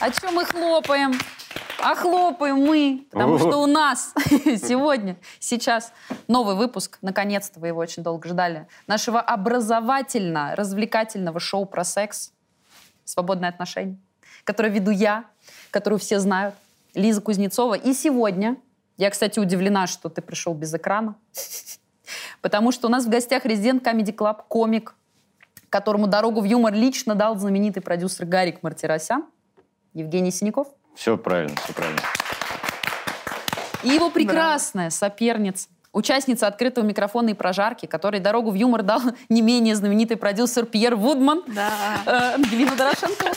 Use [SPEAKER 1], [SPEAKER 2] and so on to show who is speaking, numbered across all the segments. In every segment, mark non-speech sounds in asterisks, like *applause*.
[SPEAKER 1] А что мы хлопаем? А хлопаем мы, потому что у нас *laughs* сегодня, сейчас новый выпуск, наконец-то вы его очень долго ждали, нашего образовательно-развлекательного шоу про секс «Свободные отношения», которое веду я, которую все знают, Лиза Кузнецова. И сегодня, я, кстати, удивлена, что ты пришел без экрана, *laughs* потому что у нас в гостях резидент Comedy Club, комик, которому дорогу в юмор лично дал знаменитый продюсер Гарик Мартиросян, Евгений Синяков.
[SPEAKER 2] Все правильно, все правильно.
[SPEAKER 1] И его прекрасная соперница, участница открытого микрофона и прожарки, которой дорогу в юмор дал *laughs* не менее знаменитый продюсер Пьер Вудман,
[SPEAKER 3] Да.
[SPEAKER 1] *laughs* э, Ангелина Дорошенко.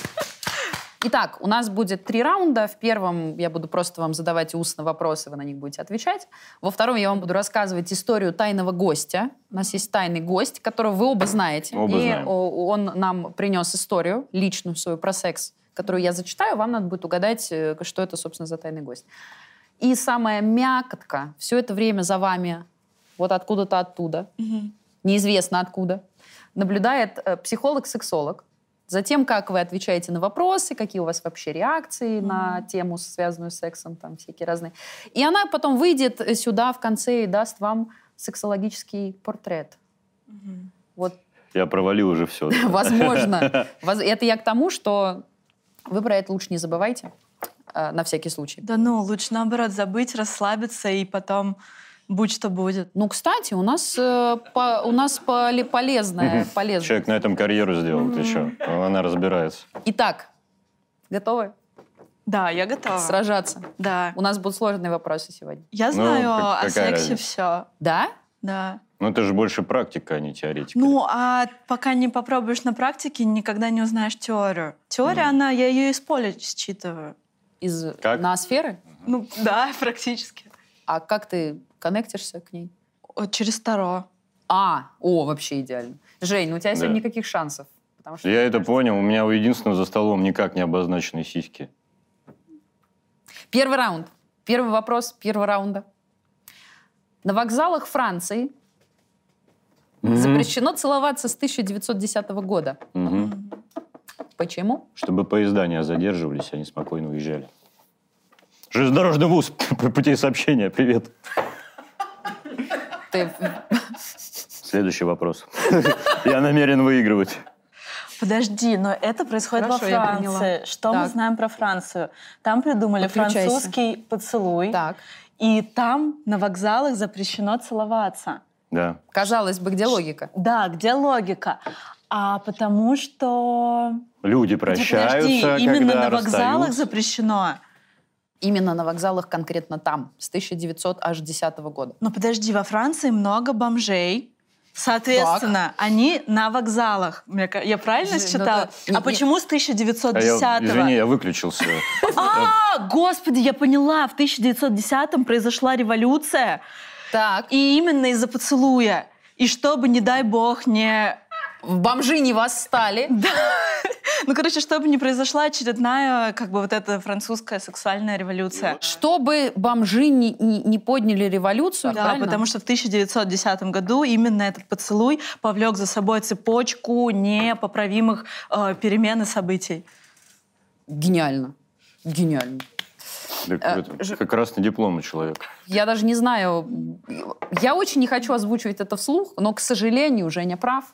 [SPEAKER 1] Итак, у нас будет три раунда. В первом я буду просто вам задавать устно вопросы, вы на них будете отвечать. Во втором я вам буду рассказывать историю тайного гостя. У нас есть тайный гость, которого вы оба знаете.
[SPEAKER 2] Оба
[SPEAKER 1] и
[SPEAKER 2] знаем.
[SPEAKER 1] о- он нам принес историю личную свою про секс, которую я зачитаю. Вам надо будет угадать, э, что это, собственно, за тайный гость. И самая мякотка все это время за вами, вот откуда-то оттуда, неизвестно откуда, наблюдает э, психолог-сексолог за тем, как вы отвечаете на вопросы, какие у вас вообще реакции на тему, связанную с сексом, там всякие разные. И она потом выйдет э, сюда в конце и даст вам сексологический
[SPEAKER 3] *laughs*
[SPEAKER 1] портрет. Вот,
[SPEAKER 2] Я провалил уже все.
[SPEAKER 3] *laughs*
[SPEAKER 1] возможно. Воз- Это я к тому, что вы про это лучше не забывайте, э, на всякий случай.
[SPEAKER 3] Да ну, лучше наоборот забыть, расслабиться и потом будь что будет.
[SPEAKER 1] Ну, кстати, у нас, э, по- у нас поле- полезное. полезное.
[SPEAKER 2] Человек на этом карьеру сделал, ты что? Она разбирается.
[SPEAKER 1] Итак, готовы
[SPEAKER 3] Да, я готова.
[SPEAKER 1] сражаться?
[SPEAKER 3] Да.
[SPEAKER 1] У нас будут сложные вопросы сегодня.
[SPEAKER 3] Я
[SPEAKER 2] Ну,
[SPEAKER 3] знаю
[SPEAKER 2] как-
[SPEAKER 3] о
[SPEAKER 2] какая
[SPEAKER 3] сексе
[SPEAKER 2] разница?
[SPEAKER 3] все.
[SPEAKER 1] Да?
[SPEAKER 3] Да.
[SPEAKER 2] Ну, это же больше практика, а не теоретика.
[SPEAKER 3] Ну, а пока не попробуешь на практике, никогда не узнаешь теорию. Теория, она, я ее из поля считываю.
[SPEAKER 1] Из
[SPEAKER 2] Как?
[SPEAKER 1] ноосферы?
[SPEAKER 3] Ну, да, *laughs* практически.
[SPEAKER 1] А как ты коннектишься к ней?
[SPEAKER 3] Вот через Таро.
[SPEAKER 1] А, о, вообще идеально. Жень, ну у тебя
[SPEAKER 2] Да.
[SPEAKER 1] сегодня никаких шансов. Потому что
[SPEAKER 2] Я это понял, у меня у единственного за столом никак не обозначены сиськи.
[SPEAKER 1] Первый раунд. Первый вопрос первого раунда. На вокзалах Франции запрещено целоваться с 1910 года.
[SPEAKER 2] Мгм.
[SPEAKER 1] Почему?
[SPEAKER 2] Чтобы поезда не задерживались, они спокойно уезжали. Железнодорожный вуз, по пути сообщения, привет.
[SPEAKER 1] Ты
[SPEAKER 2] *laughs* Следующий вопрос. *laughs* Я намерен выигрывать.
[SPEAKER 4] Подожди, но это происходит
[SPEAKER 1] Хорошо,
[SPEAKER 4] во
[SPEAKER 1] я поняла.
[SPEAKER 4] Франции. Что мы
[SPEAKER 1] Так.
[SPEAKER 4] знаем про Францию? Там придумали
[SPEAKER 1] Подключайся.
[SPEAKER 4] французский поцелуй,
[SPEAKER 1] так.
[SPEAKER 4] и там на вокзалах запрещено целоваться.
[SPEAKER 2] Да.
[SPEAKER 1] Казалось бы, где логика?
[SPEAKER 4] Да, где логика? А потому что
[SPEAKER 2] Люди
[SPEAKER 4] подожди,
[SPEAKER 2] прощаются,
[SPEAKER 4] именно
[SPEAKER 2] когда
[SPEAKER 4] на вокзалах
[SPEAKER 2] расстаются.
[SPEAKER 4] запрещено.
[SPEAKER 1] Именно на вокзалах конкретно там, с 1910 года.
[SPEAKER 4] Но Ну, подожди, во Франции много бомжей. Соответственно, они на вокзалах. Мне ка- Я правильно
[SPEAKER 1] Жень, ну
[SPEAKER 4] считала?
[SPEAKER 1] да. Не-
[SPEAKER 4] А
[SPEAKER 1] не-
[SPEAKER 4] почему с
[SPEAKER 2] А
[SPEAKER 4] 1910
[SPEAKER 2] я, извини, я выключился.
[SPEAKER 4] А, господи, я поняла, в 1910-м произошла революция,
[SPEAKER 1] Так, и
[SPEAKER 4] и именно из-за поцелуя. И чтобы, не дай бог, не...
[SPEAKER 1] бомжи не восстали.
[SPEAKER 4] Ну, короче, чтобы не произошла очередная, как бы, вот эта французская сексуальная
[SPEAKER 1] Ну,
[SPEAKER 4] революция.
[SPEAKER 1] Чтобы бомжи не, не- не подняли революцию,
[SPEAKER 4] Да,
[SPEAKER 1] правильно?
[SPEAKER 4] потому что в 1910 году именно этот поцелуй повлек за собой цепочку непоправимых э, перемен и событий.
[SPEAKER 1] Гениально. Гениально.
[SPEAKER 2] Так
[SPEAKER 1] Э,
[SPEAKER 2] это,
[SPEAKER 1] ж-
[SPEAKER 2] Как раз на диплом у человека.
[SPEAKER 1] Я даже не знаю, я очень не хочу озвучивать это вслух, но, к сожалению, Женя прав.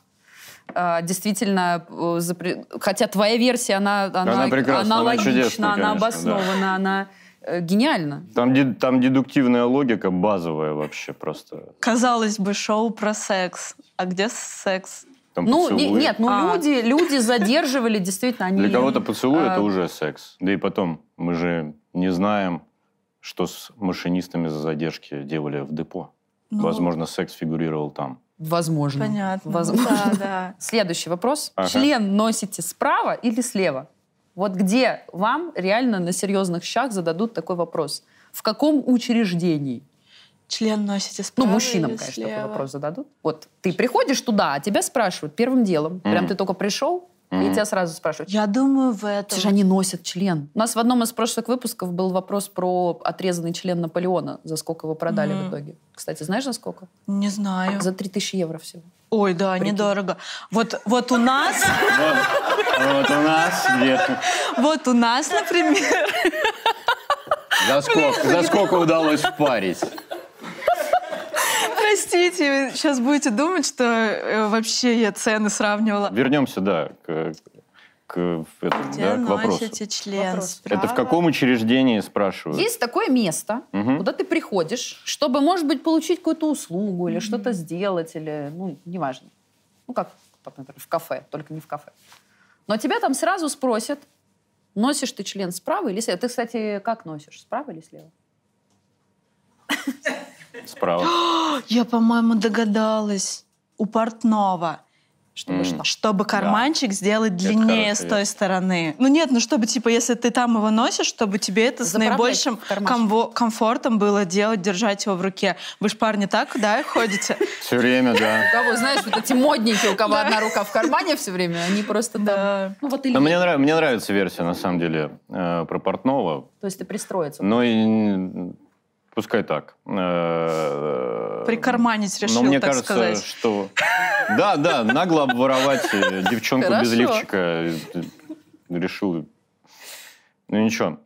[SPEAKER 1] Э, Действительно, э, запре- хотя твоя версия, она, она,
[SPEAKER 2] Она прекрасна, она
[SPEAKER 1] логична,
[SPEAKER 2] чудесная,
[SPEAKER 1] она
[SPEAKER 2] конечно, да.
[SPEAKER 1] обоснована, она э, гениальна.
[SPEAKER 2] Там, де- там дедуктивная логика базовая вообще просто.
[SPEAKER 4] Казалось бы, шоу про секс. А где секс?
[SPEAKER 2] Там
[SPEAKER 1] Ну, не-
[SPEAKER 2] поцелуй.
[SPEAKER 1] нет, ну
[SPEAKER 4] А.
[SPEAKER 1] люди, люди задерживали, действительно, они...
[SPEAKER 2] Для кого-то поцелуй
[SPEAKER 1] а-
[SPEAKER 2] это уже секс. Да и потом, мы же не знаем, что с машинистами за задержки делали в депо.
[SPEAKER 4] Ну,
[SPEAKER 2] Возможно, секс фигурировал там.
[SPEAKER 1] Возможно.
[SPEAKER 4] Понятно.
[SPEAKER 1] Возможно.
[SPEAKER 4] Да, да.
[SPEAKER 1] Следующий вопрос.
[SPEAKER 2] Ага.
[SPEAKER 1] Член носите справа или слева? Вот где вам реально на серьезных щах зададут такой вопрос? В каком учреждении?
[SPEAKER 4] Член носите справа
[SPEAKER 1] Ну, мужчинам,
[SPEAKER 4] или
[SPEAKER 1] конечно,
[SPEAKER 4] слева?
[SPEAKER 1] такой вопрос зададут. Вот ты приходишь туда, а тебя спрашивают первым делом. Прям
[SPEAKER 2] Мгм.
[SPEAKER 1] ты только пришел, Я
[SPEAKER 2] Мгм.
[SPEAKER 1] тебя сразу спрашиваю.
[SPEAKER 4] Я думаю, в этом.
[SPEAKER 1] Слушай, они носят член. У нас в одном из прошлых выпусков был вопрос про отрезанный член Наполеона, за сколько его продали в
[SPEAKER 4] Мгм.
[SPEAKER 1] итоге. Кстати, знаешь, за сколько?
[SPEAKER 4] Не знаю.
[SPEAKER 1] За 3000 евро всего.
[SPEAKER 4] Ой, да,
[SPEAKER 1] Прикинь.
[SPEAKER 4] недорого. Вот, вот у нас, *laughs*
[SPEAKER 2] Вот, вот у нас где-то.
[SPEAKER 4] вот у нас, например,
[SPEAKER 2] За сколько, за сколько удалось впарить?
[SPEAKER 4] простите, вы сейчас будете думать, что э, вообще я цены сравнивала.
[SPEAKER 2] Вернемся, да, к, к этому,
[SPEAKER 4] Где
[SPEAKER 2] да, к вопросу.
[SPEAKER 4] носите член?
[SPEAKER 1] Вопрос.
[SPEAKER 2] Это в
[SPEAKER 4] Справа?
[SPEAKER 2] каком учреждении спрашивают?
[SPEAKER 1] Есть такое место,
[SPEAKER 2] Мгм.
[SPEAKER 1] куда ты приходишь, чтобы, может быть, получить какую-то услугу или что-то сделать, или, ну, неважно. Ну, как, так, например, в кафе, только не в кафе. Но тебя там сразу спросят, носишь ты член справа или слева. Ты, кстати, как носишь, справа или слева?
[SPEAKER 2] Справа.
[SPEAKER 4] Я, по-моему, догадалась. У портного.
[SPEAKER 1] Чтобы
[SPEAKER 2] М.
[SPEAKER 1] что?
[SPEAKER 4] Чтобы карманчик сделать
[SPEAKER 2] Это
[SPEAKER 4] длиннее
[SPEAKER 2] хорошая
[SPEAKER 4] с той стороны. Ну нет, ну чтобы, типа, если ты там его носишь, чтобы тебе это с
[SPEAKER 1] Заправлять
[SPEAKER 4] наибольшим
[SPEAKER 1] в кармашек.
[SPEAKER 4] комво- комфортом было делать, держать его в руке. Вы ж, парни, так,
[SPEAKER 1] *laughs*
[SPEAKER 4] да, ходите?
[SPEAKER 2] Все время, да.
[SPEAKER 1] У кого, знаешь, вот эти модники, у кого одна рука в кармане все время, они просто там...
[SPEAKER 4] Да.
[SPEAKER 1] Ну, вот или...
[SPEAKER 2] Но А мне, нрав- мне нравится версия, на самом деле, э, про Портнова.
[SPEAKER 1] То есть ты пристроиться.
[SPEAKER 2] Но и, н- пускай так. Э,
[SPEAKER 4] Прикарманить решил,
[SPEAKER 2] Но мне
[SPEAKER 4] так
[SPEAKER 2] кажется,
[SPEAKER 4] сказать.
[SPEAKER 2] что... Да, да, нагло обворовать э, девчонку без
[SPEAKER 1] Хорошо.
[SPEAKER 2] лифчика. э, э, Решил. Ну ничего.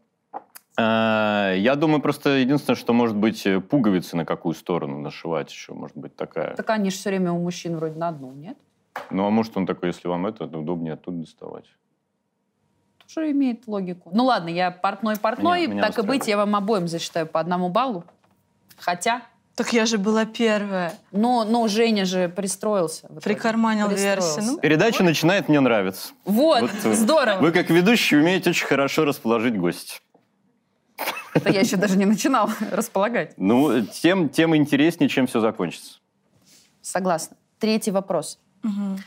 [SPEAKER 2] А, Я думаю, просто единственное, что может быть э, пуговицы на какую сторону нашивать еще, может быть такая.
[SPEAKER 1] Так они же все время у мужчин вроде на одну, нет?
[SPEAKER 2] Ну а может он такой, если вам это, то удобнее оттуда доставать.
[SPEAKER 1] Тоже имеет логику. Ну ладно, я портной-портной,
[SPEAKER 2] Меня- меня
[SPEAKER 1] так и
[SPEAKER 2] устраивает.
[SPEAKER 1] быть, я вам обоим зачитаю по одному баллу. Хотя,
[SPEAKER 4] Так я же была первая.
[SPEAKER 1] ну, ну Женя же пристроился. в итоге.
[SPEAKER 4] Прикарманил
[SPEAKER 1] Пристроился.
[SPEAKER 4] версию. Ну,
[SPEAKER 2] Передача начинает мне нравится.
[SPEAKER 1] Вот,
[SPEAKER 2] Вот, э,
[SPEAKER 1] здорово.
[SPEAKER 2] Вы как ведущий умеете очень хорошо расположить гостя.
[SPEAKER 1] Это я еще даже не начинал *laughs* располагать.
[SPEAKER 2] Ну, э, тем, тем интереснее, чем все закончится.
[SPEAKER 1] Согласна. Третий вопрос.
[SPEAKER 4] Мгм.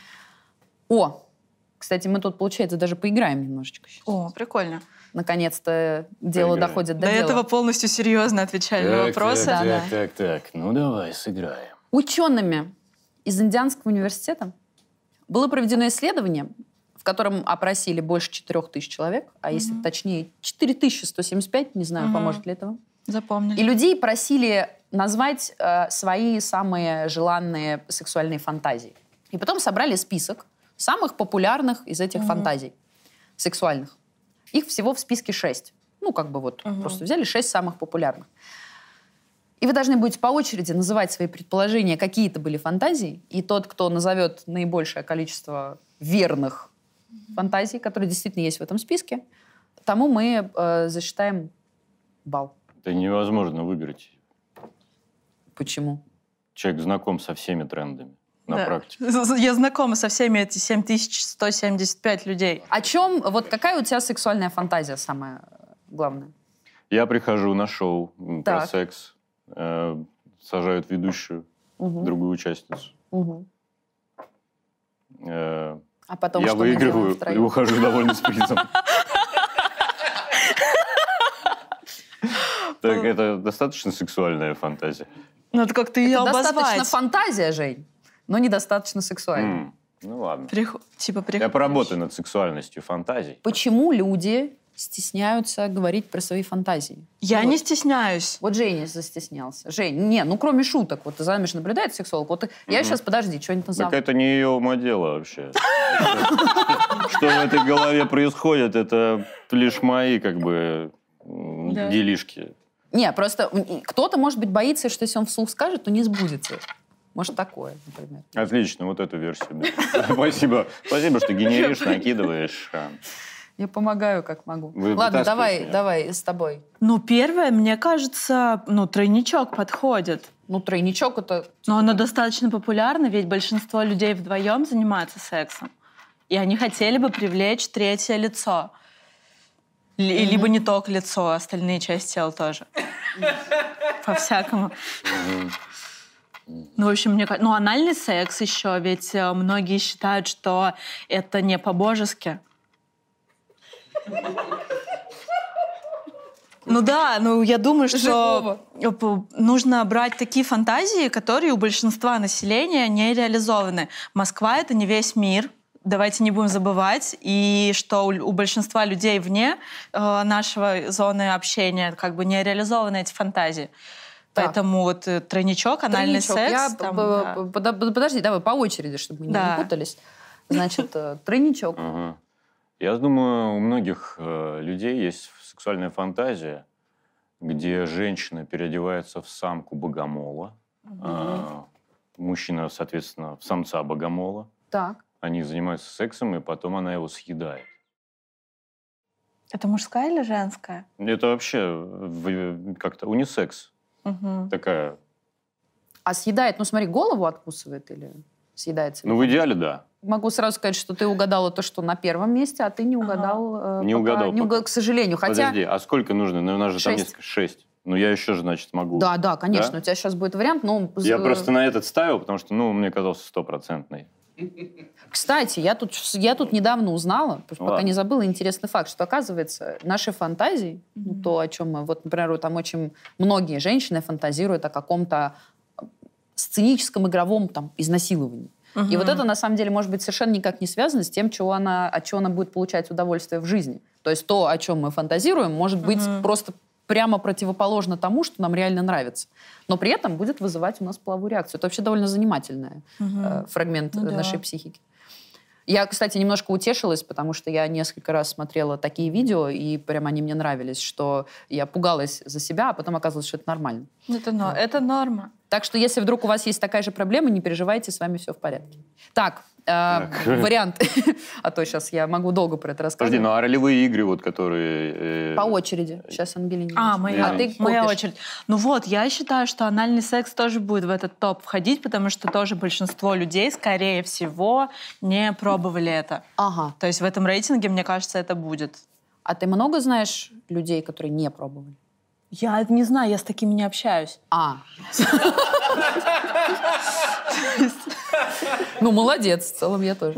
[SPEAKER 1] О, кстати, мы тут, получается, даже поиграем немножечко сейчас.
[SPEAKER 4] О, прикольно.
[SPEAKER 1] Наконец-то дело
[SPEAKER 2] Поиграем.
[SPEAKER 1] доходит до,
[SPEAKER 4] До
[SPEAKER 1] дела.
[SPEAKER 4] этого полностью серьезно отвечали на вопросы.
[SPEAKER 1] так, Да,
[SPEAKER 2] Э, так, так, Ну, давай, сыграем.
[SPEAKER 1] Учеными из Индианского университета было проведено исследование, в котором опросили больше 4000 человек, а если точнее 4175, не знаю,
[SPEAKER 4] Мгм.
[SPEAKER 1] поможет ли этого. И
[SPEAKER 4] Запомнили.
[SPEAKER 1] людей просили назвать э, свои самые желанные сексуальные фантазии. И потом собрали список самых популярных из этих
[SPEAKER 4] Мгм.
[SPEAKER 1] фантазий сексуальных. Их всего в списке шесть. Ну, как бы вот
[SPEAKER 4] Мгм.
[SPEAKER 1] просто взяли шесть самых популярных. И вы должны будете по очереди называть свои предположения, какие это были фантазии. И тот, кто назовет наибольшее количество верных фантазий, которые действительно есть в этом списке, тому мы э, засчитаем балл.
[SPEAKER 2] Это невозможно выбрать.
[SPEAKER 1] Почему?
[SPEAKER 2] Человек знаком со всеми трендами на
[SPEAKER 4] Да.
[SPEAKER 2] практике.
[SPEAKER 4] Я знакома со всеми эти 7175 людей.
[SPEAKER 1] О чем, вот какая у тебя сексуальная фантазия самая главная?
[SPEAKER 2] Я прихожу на шоу м, про
[SPEAKER 1] Так.
[SPEAKER 2] секс, э, сажают ведущую, другую участницу.
[SPEAKER 1] Мгм.
[SPEAKER 2] Э,
[SPEAKER 1] А потом
[SPEAKER 2] я
[SPEAKER 1] что мы делаем
[SPEAKER 2] выигрываю и
[SPEAKER 1] втроём?
[SPEAKER 2] ухожу довольно
[SPEAKER 1] *laughs*
[SPEAKER 2] с призом. Так, это достаточно сексуальная фантазия.
[SPEAKER 4] Надо Ну, как-то ее
[SPEAKER 1] Достаточно
[SPEAKER 4] обозвать.
[SPEAKER 1] фантазия, Жень, но недостаточно сексуально.
[SPEAKER 2] М, Ну ладно.
[SPEAKER 4] Прих- Типа прих-
[SPEAKER 2] Я поработаю над сексуальностью фантазий.
[SPEAKER 1] Почему люди стесняются говорить про свои фантазии?
[SPEAKER 4] Я не
[SPEAKER 1] Вот.
[SPEAKER 4] стесняюсь.
[SPEAKER 1] Вот Женя застеснялся. Жень, не, ну кроме шуток, вот за нами же наблюдает сексолог. Вот я
[SPEAKER 2] Мгм.
[SPEAKER 1] сейчас, подожди, что-нибудь
[SPEAKER 2] Так
[SPEAKER 1] назову.
[SPEAKER 2] это не ее ума дело вообще. *laughs* Что в этой голове происходит, это лишь мои как бы м,
[SPEAKER 4] Да.
[SPEAKER 2] делишки.
[SPEAKER 1] Не, просто м, и кто-то, может быть, боится, что если он вслух скажет, то не сбудется. Может, такое, например.
[SPEAKER 2] Отлично, вот эту версию. да. Спасибо. Спасибо, что генеришь, накидываешь. а.
[SPEAKER 1] Я помогаю, как могу.
[SPEAKER 2] Вы
[SPEAKER 1] Ладно,
[SPEAKER 2] вытаскиваете
[SPEAKER 1] давай,
[SPEAKER 2] меня.
[SPEAKER 1] давай с тобой.
[SPEAKER 4] Ну, первое, мне кажется, ну, тройничок подходит.
[SPEAKER 1] Ну, тройничок это
[SPEAKER 4] Но оно достаточно популярно, ведь большинство людей вдвоем занимаются сексом. И они хотели бы привлечь третье лицо. Л- и Либо не только лицо, а остальные части тела тоже. По-всякому. Ну, в общем, мне кажется... Ну, анальный секс еще, ведь э, многие считают, что это не по-божески. Ну да, ну я думаю, что п- нужно брать такие фантазии, которые у большинства населения не реализованы. Москва — это не весь мир, давайте не будем забывать, и что у, у большинства людей вне э, нашего зоны общения как бы не реализованы эти фантазии.
[SPEAKER 1] Да.
[SPEAKER 4] Поэтому вот э, тройничок, анальный
[SPEAKER 1] Тройничок.
[SPEAKER 4] секс.
[SPEAKER 1] Я
[SPEAKER 4] там,
[SPEAKER 1] п-
[SPEAKER 4] да.
[SPEAKER 1] п- подо- под- Подожди, давай по очереди, чтобы мы не
[SPEAKER 4] Да.
[SPEAKER 1] путались. Значит, э, тройничок.
[SPEAKER 2] Ага. Я думаю, у многих э, людей есть сексуальная фантазия, где женщина переодевается в самку богомола, а мужчина, соответственно, в самца богомола.
[SPEAKER 1] Так.
[SPEAKER 2] Они занимаются сексом, и потом она его съедает.
[SPEAKER 4] Это мужская или женская?
[SPEAKER 2] Это вообще в- э, как-то унисекс.
[SPEAKER 4] Мгм.
[SPEAKER 2] Такая.
[SPEAKER 1] А съедает, ну смотри, голову откусывает или съедается?
[SPEAKER 2] Ну, в идеале, да.
[SPEAKER 1] Могу сразу сказать, что ты угадала то, что на первом месте, а ты не угадал. э,
[SPEAKER 2] Не
[SPEAKER 1] пока-
[SPEAKER 2] угадал
[SPEAKER 1] не
[SPEAKER 2] пока.
[SPEAKER 1] угад- К сожалению. Хотя...
[SPEAKER 2] Подожди, а сколько нужно? Ну, у нас же там
[SPEAKER 1] Шесть.
[SPEAKER 2] несколько. Шесть. Ну, я еще же, значит, могу.
[SPEAKER 1] Да, да, конечно.
[SPEAKER 2] Да?
[SPEAKER 1] У тебя сейчас будет вариант, но...
[SPEAKER 2] Я
[SPEAKER 1] э,
[SPEAKER 2] просто на этот ставил, потому что, ну, мне казался стопроцентный.
[SPEAKER 1] Кстати, я тут, я тут недавно узнала, пока
[SPEAKER 2] Ладно.
[SPEAKER 1] не забыла, интересный факт, что, оказывается, наши фантазии, ну, то, о чем мы... Вот, например, вот там очень многие женщины фантазируют о каком-то э, сценическом игровом там изнасиловании. И вот это на самом деле может быть совершенно никак не связано с тем, чего она, от чего она будет получать удовольствие в жизни. То есть то, о чем мы фантазируем, может быть
[SPEAKER 4] Мгм.
[SPEAKER 1] просто прямо противоположно тому, что нам реально нравится. Но при этом будет вызывать у нас половую реакцию. Это вообще довольно занимательный
[SPEAKER 4] Мгм.
[SPEAKER 1] фрагмент
[SPEAKER 4] Ну
[SPEAKER 1] э,
[SPEAKER 4] да.
[SPEAKER 1] нашей психики. Я, кстати, немножко утешилась, потому что я несколько раз смотрела такие видео, и прям они мне нравились, что я пугалась за себя, а потом оказывалось, что это нормально.
[SPEAKER 4] Ну, Это, но- это норма.
[SPEAKER 1] Так что, если вдруг у вас есть такая же проблема, не переживайте, с вами все в порядке. Так, э, вариант. *laughs* А то сейчас я могу долго про это
[SPEAKER 2] Подожди,
[SPEAKER 1] рассказывать.
[SPEAKER 2] ну а ролевые игры, вот которые... э,
[SPEAKER 1] По очереди. Сейчас Ангелина.
[SPEAKER 4] А, моя,
[SPEAKER 1] а ты
[SPEAKER 4] моя
[SPEAKER 1] копишь.
[SPEAKER 4] очередь. Ну вот, я считаю, что анальный секс тоже будет в этот топ входить, потому что тоже большинство людей, скорее всего, не пробовали это.
[SPEAKER 1] Ага.
[SPEAKER 4] То есть в этом рейтинге, мне кажется, это будет.
[SPEAKER 1] А ты много знаешь людей, которые не пробовали?
[SPEAKER 4] Я не знаю, я с такими не общаюсь.
[SPEAKER 1] А. Ну, молодец, в целом я тоже.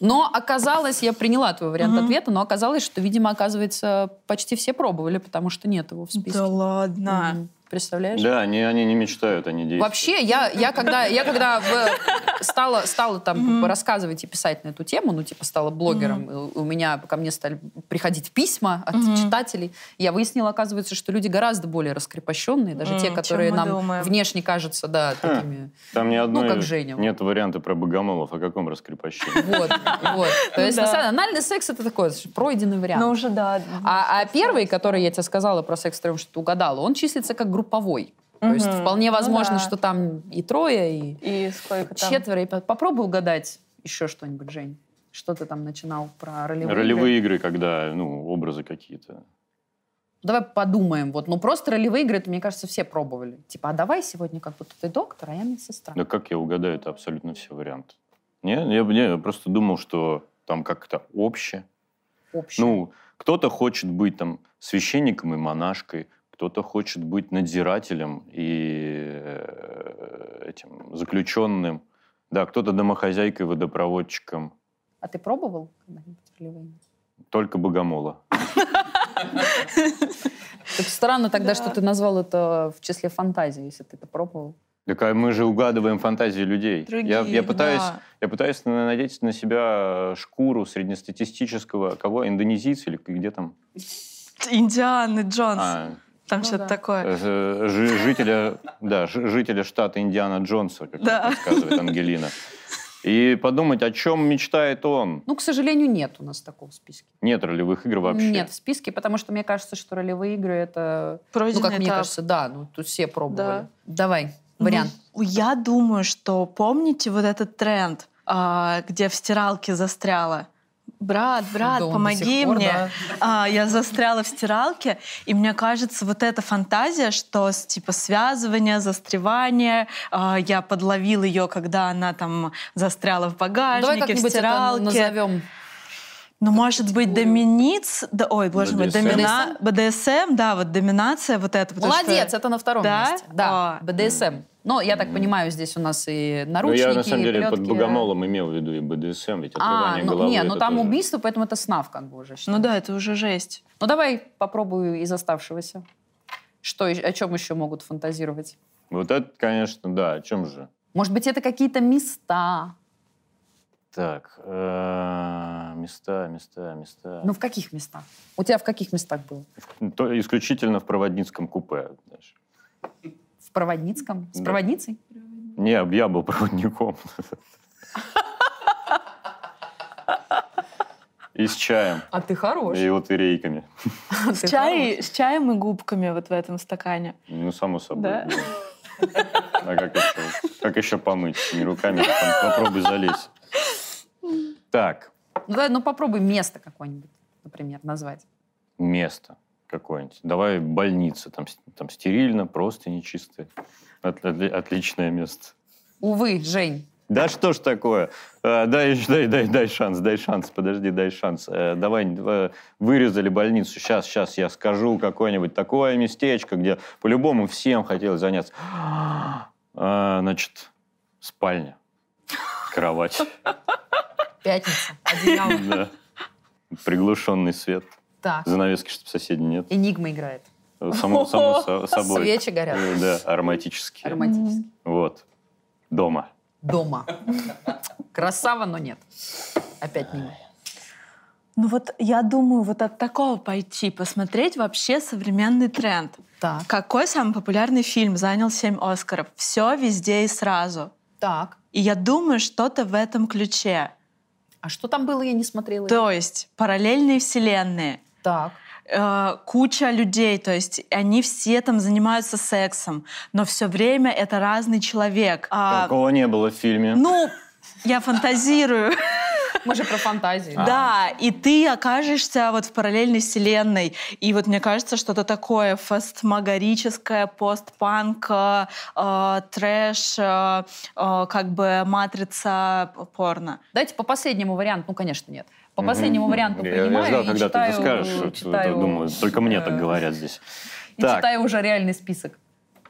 [SPEAKER 1] Но оказалось, я приняла твой вариант ответа, но оказалось, что, видимо, оказывается, почти все пробовали, потому что нет его в списке.
[SPEAKER 4] Да ладно.
[SPEAKER 1] Мгм. Представляешь?
[SPEAKER 2] Да, они, они не мечтают, они действуют.
[SPEAKER 1] Вообще, я, я когда, я когда в- стала, стала там рассказывать и писать на эту тему, ну, типа, стала блогером, и у меня ко мне стали приходить письма от
[SPEAKER 4] Мгм.
[SPEAKER 1] читателей, я выяснила, оказывается, что люди гораздо более раскрепощенные, даже
[SPEAKER 4] М,
[SPEAKER 1] те,
[SPEAKER 4] чем
[SPEAKER 1] которые
[SPEAKER 4] мы
[SPEAKER 1] нам
[SPEAKER 4] думаем.
[SPEAKER 1] внешне кажутся, да, такими.
[SPEAKER 2] Там ни одной...
[SPEAKER 1] ну, как Женя.
[SPEAKER 2] Нет варианта про богомолов, о каком раскрепощении.
[SPEAKER 1] Вот, вот. То есть,
[SPEAKER 4] Да.
[SPEAKER 1] на самом деле, анальный секс — это такой пройденный вариант.
[SPEAKER 4] Ну уже да.
[SPEAKER 1] А, а первый, который я тебе сказала про секс втроем, что ты угадала, он числится как групповой. То есть
[SPEAKER 4] Мгм.
[SPEAKER 1] вполне
[SPEAKER 4] Ну
[SPEAKER 1] возможно,
[SPEAKER 4] да.
[SPEAKER 1] что там и трое, и
[SPEAKER 4] И сколько там?
[SPEAKER 1] Четверо и пять. Попробуй угадать еще что-нибудь, Жень. Что ты там начинал про *laughs* ролевые, игры?
[SPEAKER 2] Ролевые игры, когда, ну, образы какие-то.
[SPEAKER 1] Ну, Давай подумаем. Вот. Ну, просто ролевые игры, это, мне кажется, все пробовали. Типа, а давай сегодня как будто ты доктор, а я медсестра.
[SPEAKER 2] Да как я угадаю, это абсолютно все варианты. Не, я, б- не, я просто думал, что там как-то общее.
[SPEAKER 1] Общее.
[SPEAKER 2] Ну, кто-то хочет быть там священником и монашкой, кто-то хочет быть надзирателем и э, этим заключенным. Да, кто-то домохозяйкой, водопроводчиком.
[SPEAKER 1] А ты пробовал когда-нибудь ролевые игры?
[SPEAKER 2] Только богомола.
[SPEAKER 1] Так странно тогда,
[SPEAKER 4] Да.
[SPEAKER 1] что ты назвал это в числе фантазии, если ты это пробовал.
[SPEAKER 2] Так а мы же угадываем фантазии людей. я,
[SPEAKER 4] Другие,
[SPEAKER 2] я пытаюсь,
[SPEAKER 4] да.
[SPEAKER 2] я пытаюсь на- надеть на себя э, шкуру среднестатистического кого индонезийца или где там
[SPEAKER 4] Индианы Джонс.
[SPEAKER 2] А,
[SPEAKER 4] Там
[SPEAKER 1] Ну
[SPEAKER 4] что-то
[SPEAKER 1] да.
[SPEAKER 4] такое.
[SPEAKER 2] э, э, жи- жителя да ж- жителя штата Индиана Джонса, как
[SPEAKER 4] Да.
[SPEAKER 2] рассказывает Ангелина. И подумать, о чем мечтает он.
[SPEAKER 1] Ну, к сожалению, нет у нас такого в списке.
[SPEAKER 2] Нет ролевых игр вообще.
[SPEAKER 1] Нет в списке, потому что мне кажется, что ролевые игры это...
[SPEAKER 4] Пройденный
[SPEAKER 1] ну, как мне
[SPEAKER 4] этап.
[SPEAKER 1] кажется, да, ну, тут все пробовали.
[SPEAKER 4] Да.
[SPEAKER 1] Давай, вариант.
[SPEAKER 4] Ну, я думаю, что помните вот этот тренд, а, где в стиралке застряла. Брат, брат,
[SPEAKER 1] Да он до
[SPEAKER 4] помоги
[SPEAKER 1] сих пор,
[SPEAKER 4] мне.
[SPEAKER 1] да.
[SPEAKER 4] А, я застряла в стиралке, и мне кажется, вот эта фантазия, что с- типа связывание, застревание, а, я подловил ее, когда она там застряла в
[SPEAKER 1] Давай
[SPEAKER 4] багажнике, в
[SPEAKER 1] как-нибудь это
[SPEAKER 4] стиралке.
[SPEAKER 1] назовем.
[SPEAKER 4] Ну, может быть, доминиц... Да, ой, боже мой,
[SPEAKER 2] BDSM.
[SPEAKER 4] домина... БДСМ, да, вот доминация, вот это. потому что-
[SPEAKER 1] Молодец, это на втором
[SPEAKER 4] Да?
[SPEAKER 1] месте. Да,
[SPEAKER 4] А.
[SPEAKER 1] БДСМ. Но я так понимаю, здесь у нас и
[SPEAKER 2] Ну,
[SPEAKER 1] наручники,
[SPEAKER 2] я на самом
[SPEAKER 1] и
[SPEAKER 2] деле под
[SPEAKER 1] плетки.
[SPEAKER 2] богомолом имел в виду и БДСМ, ведь
[SPEAKER 1] А,
[SPEAKER 2] отрывание
[SPEAKER 1] ну,
[SPEAKER 2] головы.
[SPEAKER 1] не,
[SPEAKER 2] это
[SPEAKER 1] ну там
[SPEAKER 2] тоже-
[SPEAKER 1] убийство, поэтому это снав как бы уже.
[SPEAKER 4] Ну
[SPEAKER 1] считается.
[SPEAKER 4] да, это
[SPEAKER 1] *laughs*
[SPEAKER 4] уже жесть.
[SPEAKER 1] Ну давай попробую из оставшегося. Что, и- о чем еще могут фантазировать?
[SPEAKER 2] Вот это, конечно, да, о чем же?
[SPEAKER 1] Может быть, это какие-то места?
[SPEAKER 2] Т- Так, э, места, места, места.
[SPEAKER 1] Ну, в каких местах? У тебя в каких местах было?
[SPEAKER 2] Ну, То исключительно в проводницком купе. знаешь.
[SPEAKER 1] В Проводницком? С
[SPEAKER 2] Да.
[SPEAKER 1] проводницей?
[SPEAKER 2] Не, я был проводником. И с чаем,
[SPEAKER 1] А ты хорош.
[SPEAKER 2] и лотерейками.
[SPEAKER 4] С, чай, с чаем и губками вот в этом стакане.
[SPEAKER 2] Ну, само собой.
[SPEAKER 4] Да.
[SPEAKER 2] да. А как еще, как еще помыть? Не руками, а там попробуй залезть. Так,
[SPEAKER 1] Ну, давай, ну попробуй место какое-нибудь, например, назвать.
[SPEAKER 2] место какое-нибудь. Давай больница, там, с- там стерильно, просто нечистое. От- отли- отличное место.
[SPEAKER 1] Увы, Жень.
[SPEAKER 2] Да что ж такое? Э, Дай, дай, дай, дай шанс, дай шанс, подожди, дай шанс. Э, Давай, э, вырезали больницу. Сейчас, сейчас я скажу какое-нибудь такое местечко, где по-любому всем хотелось заняться. Э, Значит, спальня, кровать,
[SPEAKER 1] Пятница. Одеяло.
[SPEAKER 2] *laughs* да. приглушенный свет,
[SPEAKER 1] Так.
[SPEAKER 2] занавески, чтобы соседей нет.
[SPEAKER 1] Энигма играет.
[SPEAKER 2] Само, само со- собой.
[SPEAKER 1] Свечи горят.
[SPEAKER 2] Э, Да, ароматические.
[SPEAKER 1] Ароматически.
[SPEAKER 2] Вот. Дома.
[SPEAKER 1] Дома. Красава, но нет. Опять мимо.
[SPEAKER 4] Ну вот я думаю, вот от такого пойти, посмотреть вообще современный тренд.
[SPEAKER 1] Так,
[SPEAKER 4] Какой самый популярный фильм занял 7 Оскаров? Все везде и сразу.
[SPEAKER 1] так.
[SPEAKER 4] И я думаю, что-то в этом ключе.
[SPEAKER 1] А что там было, я не смотрела.
[SPEAKER 4] То есть параллельные вселенные,
[SPEAKER 1] Так.
[SPEAKER 4] э, куча людей, то есть они все там занимаются сексом, но все время это разный человек. А,
[SPEAKER 2] Такого не было в фильме.
[SPEAKER 4] ну, я фантазирую.
[SPEAKER 1] Мы же про фантазии.
[SPEAKER 2] А.
[SPEAKER 4] *laughs* Да, и ты окажешься вот в параллельной вселенной. И вот мне кажется, что-то такое фастмагорическое, постпанк, э, трэш, э, э, как бы матрица порно.
[SPEAKER 1] Давайте по последнему варианту. Ну, конечно, нет. По
[SPEAKER 2] Мгм.
[SPEAKER 1] последнему варианту
[SPEAKER 2] Я-
[SPEAKER 1] принимаю
[SPEAKER 2] Я ждал,
[SPEAKER 1] и
[SPEAKER 2] когда
[SPEAKER 1] читаю,
[SPEAKER 2] ты это скажешь. что ты-
[SPEAKER 1] читаю,
[SPEAKER 2] думаю, только мне так
[SPEAKER 1] э,
[SPEAKER 2] говорят здесь.
[SPEAKER 1] И
[SPEAKER 2] Так.
[SPEAKER 1] читаю уже реальный список.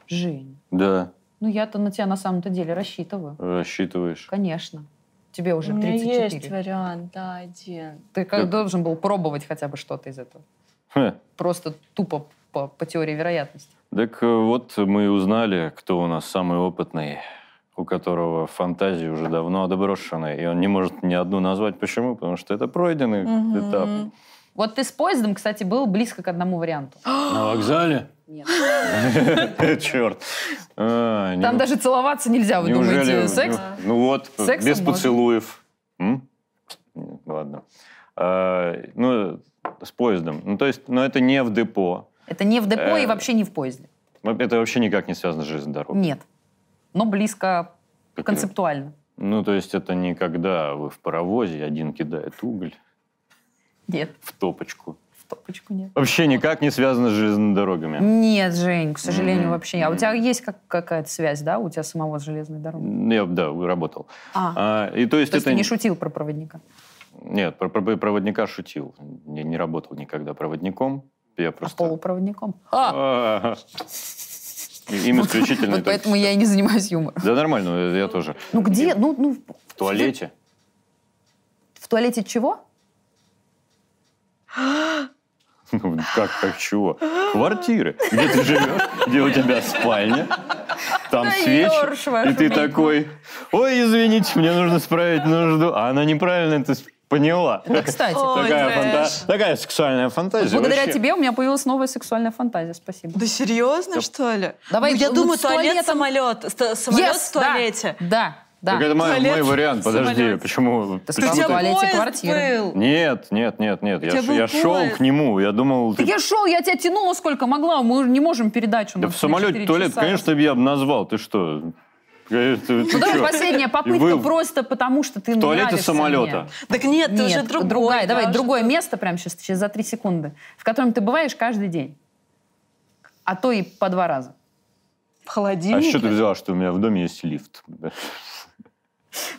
[SPEAKER 1] Жень,
[SPEAKER 2] Да,
[SPEAKER 1] ну я-то на тебя на самом-то деле рассчитываю.
[SPEAKER 2] рассчитываешь.
[SPEAKER 1] Конечно. Тебе уже 34.
[SPEAKER 4] вариант, да, один.
[SPEAKER 1] Ты как
[SPEAKER 2] Так.
[SPEAKER 1] должен был пробовать хотя бы что-то из этого.
[SPEAKER 2] Хе.
[SPEAKER 1] Просто тупо по, по теории вероятности.
[SPEAKER 2] Так э, вот мы и узнали, кто у нас самый опытный, у которого фантазии уже давно отброшены, и он не может ни одну назвать. Почему? Потому что это пройденный
[SPEAKER 4] Мгм.
[SPEAKER 2] этап.
[SPEAKER 1] Вот ты с поездом, кстати, был близко к одному варианту.
[SPEAKER 2] На вокзале?
[SPEAKER 1] Нет.
[SPEAKER 2] *laughs* Черт. А,
[SPEAKER 1] Там
[SPEAKER 2] не-
[SPEAKER 1] даже целоваться нельзя, А вы
[SPEAKER 2] неужели-
[SPEAKER 1] думаете, секс?
[SPEAKER 2] ну, Ну вот,
[SPEAKER 1] Сексом
[SPEAKER 2] без
[SPEAKER 1] можно.
[SPEAKER 2] поцелуев. М? Нет, Ладно. А, Ну, с поездом. Ну, то есть, но это не в депо.
[SPEAKER 1] Это не в депо и
[SPEAKER 2] Э,
[SPEAKER 1] вообще не в поезде.
[SPEAKER 2] Это вообще никак не связано с железнодорогой.
[SPEAKER 1] Нет. Но близко
[SPEAKER 2] Как-
[SPEAKER 1] концептуально.
[SPEAKER 2] Ну, то есть это не когда вы в паровозе, один кидает уголь
[SPEAKER 1] Нет,
[SPEAKER 2] в топочку.
[SPEAKER 1] в топочку нет.
[SPEAKER 2] Вообще никак не связано с железными дорогами.
[SPEAKER 1] Нет, Жень, к сожалению,
[SPEAKER 2] Мгм.
[SPEAKER 1] вообще. А у
[SPEAKER 2] Мгм.
[SPEAKER 1] тебя есть как- какая-то связь, да, у тебя самого с железной дорогой?
[SPEAKER 2] Я, да, работал.
[SPEAKER 1] А,
[SPEAKER 2] А, и то есть
[SPEAKER 1] то есть
[SPEAKER 2] это...
[SPEAKER 1] ты не
[SPEAKER 2] н-
[SPEAKER 1] шутил про проводника? а
[SPEAKER 2] Нет, про, про- про проводника шутил. Не, не работал никогда проводником. Я
[SPEAKER 1] А
[SPEAKER 2] просто...
[SPEAKER 1] полупроводником? А!
[SPEAKER 2] А, и- Им исключительно...
[SPEAKER 1] Вот
[SPEAKER 2] только-
[SPEAKER 1] поэтому я и не занимаюсь юмором.
[SPEAKER 2] Да нормально, я- я тоже.
[SPEAKER 1] Ну где? Ну, ну,
[SPEAKER 2] В туалете?
[SPEAKER 1] в туалете чего?
[SPEAKER 2] Ну, Как, как чего? Квартиры. Где ты живешь? Где у тебя спальня? Там
[SPEAKER 1] Да ёж ваш
[SPEAKER 2] свечи. И ты
[SPEAKER 1] мой.
[SPEAKER 2] такой, ой, извините, мне нужно справить нужду. А она неправильно это с- поняла.
[SPEAKER 1] Это Ну, кстати.
[SPEAKER 4] Ой,
[SPEAKER 2] Такая, фанта-
[SPEAKER 4] трэш.
[SPEAKER 2] такая сексуальная фантазия.
[SPEAKER 1] Благодаря
[SPEAKER 2] вообще.
[SPEAKER 1] тебе у меня появилась новая сексуальная фантазия, спасибо.
[SPEAKER 4] Да серьезно, что ли?
[SPEAKER 1] Давай,
[SPEAKER 4] Ну, я
[SPEAKER 1] ну,
[SPEAKER 4] думаю,
[SPEAKER 1] с
[SPEAKER 4] туалет,
[SPEAKER 1] туалетом-
[SPEAKER 4] самолет, ст- самолет
[SPEAKER 1] Yes,
[SPEAKER 4] в туалете.
[SPEAKER 1] Да, да.
[SPEAKER 2] Так это мой,
[SPEAKER 4] Туалет
[SPEAKER 2] мой вариант, подожди,
[SPEAKER 4] самолет.
[SPEAKER 2] почему?
[SPEAKER 1] Ты
[SPEAKER 2] почему
[SPEAKER 1] сказал,
[SPEAKER 4] тебя
[SPEAKER 1] в туалете
[SPEAKER 4] поезд
[SPEAKER 1] квартиры.
[SPEAKER 4] был.
[SPEAKER 2] Нет, нет, нет, нет, я,
[SPEAKER 4] тебя
[SPEAKER 2] ш-
[SPEAKER 4] был
[SPEAKER 2] я шел
[SPEAKER 4] поезд.
[SPEAKER 2] к нему, я думал,
[SPEAKER 1] Да
[SPEAKER 2] ты...
[SPEAKER 1] я шел, я тебя тянула сколько могла, мы не можем передачу.
[SPEAKER 2] Да в самолете туалет, конечно, я бы назвал, ты что? Э, ты- ты
[SPEAKER 1] Ну давай
[SPEAKER 2] чё?
[SPEAKER 1] последняя попытка
[SPEAKER 2] Вы в-
[SPEAKER 1] просто потому, что ты
[SPEAKER 2] В туалете
[SPEAKER 1] нравишься
[SPEAKER 2] самолета.
[SPEAKER 1] мне.
[SPEAKER 4] Так нет, это
[SPEAKER 1] Нет,
[SPEAKER 4] уже другой.
[SPEAKER 1] другая,
[SPEAKER 4] да,
[SPEAKER 1] давай,
[SPEAKER 4] уже
[SPEAKER 1] другое
[SPEAKER 4] другой.
[SPEAKER 1] место прямо сейчас, через за три секунды, в котором ты бываешь каждый день. А то и по два раза.
[SPEAKER 4] В холодильнике.
[SPEAKER 2] А что ты взяла, что у меня в доме есть лифт?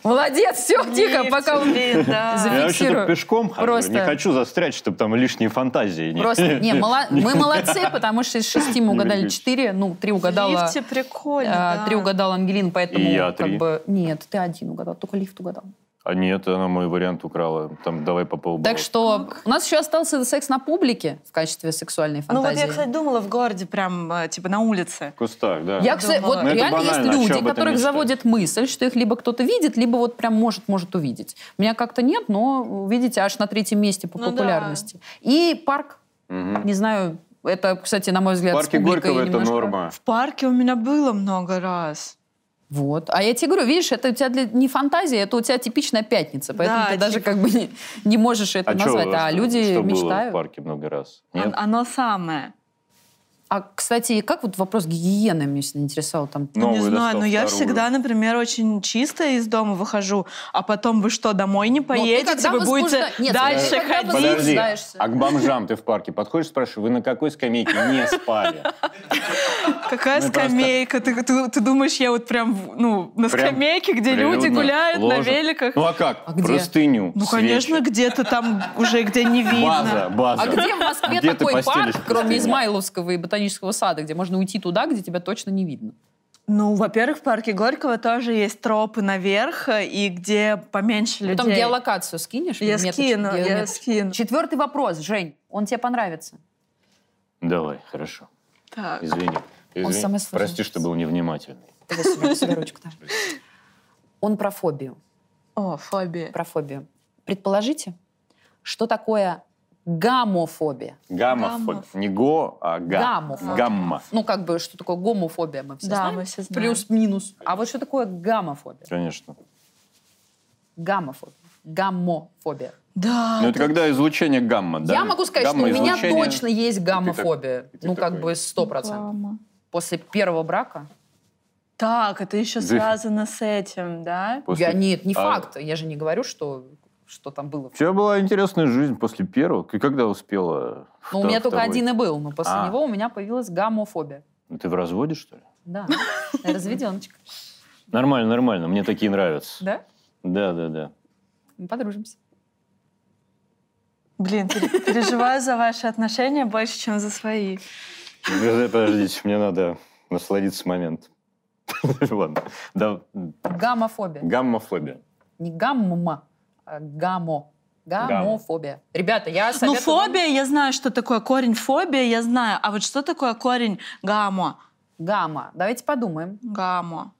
[SPEAKER 1] Молодец, все, тихо,
[SPEAKER 4] Лифт,
[SPEAKER 1] пока... он- *laughs*
[SPEAKER 4] блин, да.
[SPEAKER 1] Зафиксирую.
[SPEAKER 2] Я вообще-то пешком хожу,
[SPEAKER 1] Просто.
[SPEAKER 2] не хочу застрять, чтобы там лишние фантазии. не-
[SPEAKER 1] Просто,
[SPEAKER 2] *laughs*
[SPEAKER 1] не, мала- мы молодцы, потому что из шести мы угадали
[SPEAKER 2] выключишь.
[SPEAKER 1] четыре, ну, три
[SPEAKER 4] В
[SPEAKER 1] угадала...
[SPEAKER 4] лифте прикольно,
[SPEAKER 1] а,
[SPEAKER 4] да.
[SPEAKER 1] Три угадала Ангелина, поэтому
[SPEAKER 2] И я
[SPEAKER 1] как
[SPEAKER 2] три.
[SPEAKER 1] бы... Нет, ты один угадал, только лифт угадал.
[SPEAKER 2] А нет, она мой вариант украла. Там давай по полбалла.
[SPEAKER 1] Так что у нас еще остался секс на публике в качестве сексуальной
[SPEAKER 4] Ну вот
[SPEAKER 1] фантазии.
[SPEAKER 4] я, кстати, думала в городе, прям э, типа на улице.
[SPEAKER 2] В кустах, да.
[SPEAKER 1] Я, кстати,
[SPEAKER 4] думала.
[SPEAKER 1] вот
[SPEAKER 2] Ну, это
[SPEAKER 1] реально
[SPEAKER 2] банально, а
[SPEAKER 1] есть
[SPEAKER 2] чё об
[SPEAKER 1] люди,
[SPEAKER 2] этом
[SPEAKER 1] которых
[SPEAKER 2] мечтать?
[SPEAKER 1] заводит мысль, что их либо кто-то видит, либо вот прям может, может увидеть. У меня как-то нет, но, видите, аж на третьем месте по
[SPEAKER 4] Ну да.
[SPEAKER 1] популярности. И парк,
[SPEAKER 2] Мгм.
[SPEAKER 1] не знаю, это, кстати, на мой
[SPEAKER 2] В
[SPEAKER 1] взгляд, с
[SPEAKER 2] парке
[SPEAKER 1] публикой
[SPEAKER 2] Горького это
[SPEAKER 1] немножко-
[SPEAKER 2] норма.
[SPEAKER 4] В парке у меня было много раз.
[SPEAKER 1] Вот. А я тебе говорю, видишь, это у тебя для- не фантазия, это у тебя типичная пятница, поэтому
[SPEAKER 4] Да,
[SPEAKER 1] ты даже
[SPEAKER 4] типа.
[SPEAKER 1] как бы не, не можешь это
[SPEAKER 2] А чё у
[SPEAKER 1] назвать.
[SPEAKER 2] вас-
[SPEAKER 1] а люди
[SPEAKER 2] что было в
[SPEAKER 1] мечтают.
[SPEAKER 2] парке много раз?
[SPEAKER 4] Он-
[SPEAKER 2] Нет?
[SPEAKER 4] Оно самое.
[SPEAKER 1] А, кстати, как вот вопрос гигиены меня всегда интересовал там?
[SPEAKER 4] Ну,
[SPEAKER 2] Новую
[SPEAKER 4] не знаю,
[SPEAKER 2] достал,
[SPEAKER 4] но я
[SPEAKER 2] вторую.
[SPEAKER 4] всегда, например, очень чистая из дома выхожу, а потом вы что, домой не
[SPEAKER 1] ты
[SPEAKER 4] поедете,
[SPEAKER 1] когда
[SPEAKER 4] вы
[SPEAKER 1] возбужда-
[SPEAKER 4] будете
[SPEAKER 1] Нет,
[SPEAKER 4] дальше
[SPEAKER 1] когда
[SPEAKER 4] ходить.
[SPEAKER 2] Подожди,
[SPEAKER 1] возбуждаешься.
[SPEAKER 2] а к бомжам ты в парке подходишь, спрашиваешь, вы на какой скамейке не спали?
[SPEAKER 4] Какая
[SPEAKER 2] Мы Ну, просто-
[SPEAKER 4] скамейка? Ты, ты- ты думаешь, я вот прям в- ну, на
[SPEAKER 2] Прям
[SPEAKER 4] скамейке, где люди
[SPEAKER 2] прилюдно
[SPEAKER 4] гуляют
[SPEAKER 2] ложат.
[SPEAKER 4] на великах?
[SPEAKER 2] Ну а как?
[SPEAKER 1] А где?
[SPEAKER 2] Простыню,
[SPEAKER 4] Ну,
[SPEAKER 2] свечи.
[SPEAKER 4] конечно, где-то там уже, где не видно.
[SPEAKER 2] База, база.
[SPEAKER 1] А где в Москве
[SPEAKER 2] Где ты
[SPEAKER 1] такой
[SPEAKER 2] постелишь
[SPEAKER 1] парк, кроме
[SPEAKER 2] простыню?
[SPEAKER 1] Измайловского и Ботанического сада, где можно уйти туда, где тебя точно не видно?
[SPEAKER 4] Ну, во-первых, в парке Горького тоже есть тропы наверх, э, и где поменьше людей.
[SPEAKER 1] Потом геолокацию скинешь?
[SPEAKER 4] Я
[SPEAKER 1] Ну, меточки,
[SPEAKER 4] скину,
[SPEAKER 1] геометки.
[SPEAKER 4] я скину.
[SPEAKER 1] Четвертый вопрос, Жень, он тебе понравится.
[SPEAKER 2] Давай, хорошо.
[SPEAKER 4] Так.
[SPEAKER 2] Извини. Извини.
[SPEAKER 1] самый сложный.
[SPEAKER 2] Прости, что был невнимательный.
[SPEAKER 1] Давай сюда, сюда ручку, да. Он про фобию.
[SPEAKER 4] О, фобия.
[SPEAKER 1] Про фобию. Предположите, что такое гамофобия?
[SPEAKER 2] Гаммофобия.
[SPEAKER 4] Гаммоф.
[SPEAKER 2] Не го, а га.
[SPEAKER 1] Гаммофобия.
[SPEAKER 2] Гамма.
[SPEAKER 1] Ну, как бы, что такое гомофобия, мы все
[SPEAKER 4] Да,
[SPEAKER 1] знаем.
[SPEAKER 4] мы все знаем.
[SPEAKER 1] Плюс-минус. А вот что такое гамофобия?
[SPEAKER 2] Конечно.
[SPEAKER 1] Гамофобия. Гаммофобия.
[SPEAKER 4] Да.
[SPEAKER 2] Ну, это
[SPEAKER 4] да.
[SPEAKER 2] когда излучение гамма, да?
[SPEAKER 1] А, Я могу сказать, что у меня
[SPEAKER 2] Гамма-излучение.
[SPEAKER 1] точно есть гамофобия.
[SPEAKER 2] и ты
[SPEAKER 1] Ну, как
[SPEAKER 2] такой.
[SPEAKER 1] бы, сто процентов.
[SPEAKER 4] Реклама.
[SPEAKER 1] После первого брака?
[SPEAKER 4] Так, это еще
[SPEAKER 2] Зефир.
[SPEAKER 4] связано с этим, да?
[SPEAKER 2] После-
[SPEAKER 1] Я, нет, не
[SPEAKER 2] А-
[SPEAKER 1] факт. Я же не говорю, что, что там было.
[SPEAKER 2] У тебя была интересная жизнь после первого. Ты когда успела?
[SPEAKER 1] Ну, у меня
[SPEAKER 2] втор-
[SPEAKER 1] только
[SPEAKER 2] второй?
[SPEAKER 1] один и был, но после
[SPEAKER 2] А.
[SPEAKER 1] него у меня появилась гамофобия.
[SPEAKER 2] Ну, Ты в разводе, что ли?
[SPEAKER 4] *laughs*
[SPEAKER 1] Да, разведеночка.
[SPEAKER 2] Нормально, нормально. Мне такие нравятся.
[SPEAKER 1] Да?
[SPEAKER 2] Да, да, да.
[SPEAKER 1] Мы подружимся.
[SPEAKER 4] Блин, пер- переживаю за ваши отношения больше, чем за свои.
[SPEAKER 2] Подождите, мне надо насладиться моментом. *laughs* Ладно. Да,
[SPEAKER 1] Гамофобия.
[SPEAKER 2] гаммофобия.
[SPEAKER 1] Не гамма, а гамо. Гамофобия. Ребята, я
[SPEAKER 4] Ну,
[SPEAKER 1] советую... вам-
[SPEAKER 4] фобия, я знаю, что такое корень фобия, я знаю. А вот что такое корень гамо?
[SPEAKER 1] Гамма. Давайте подумаем.
[SPEAKER 4] Гамо.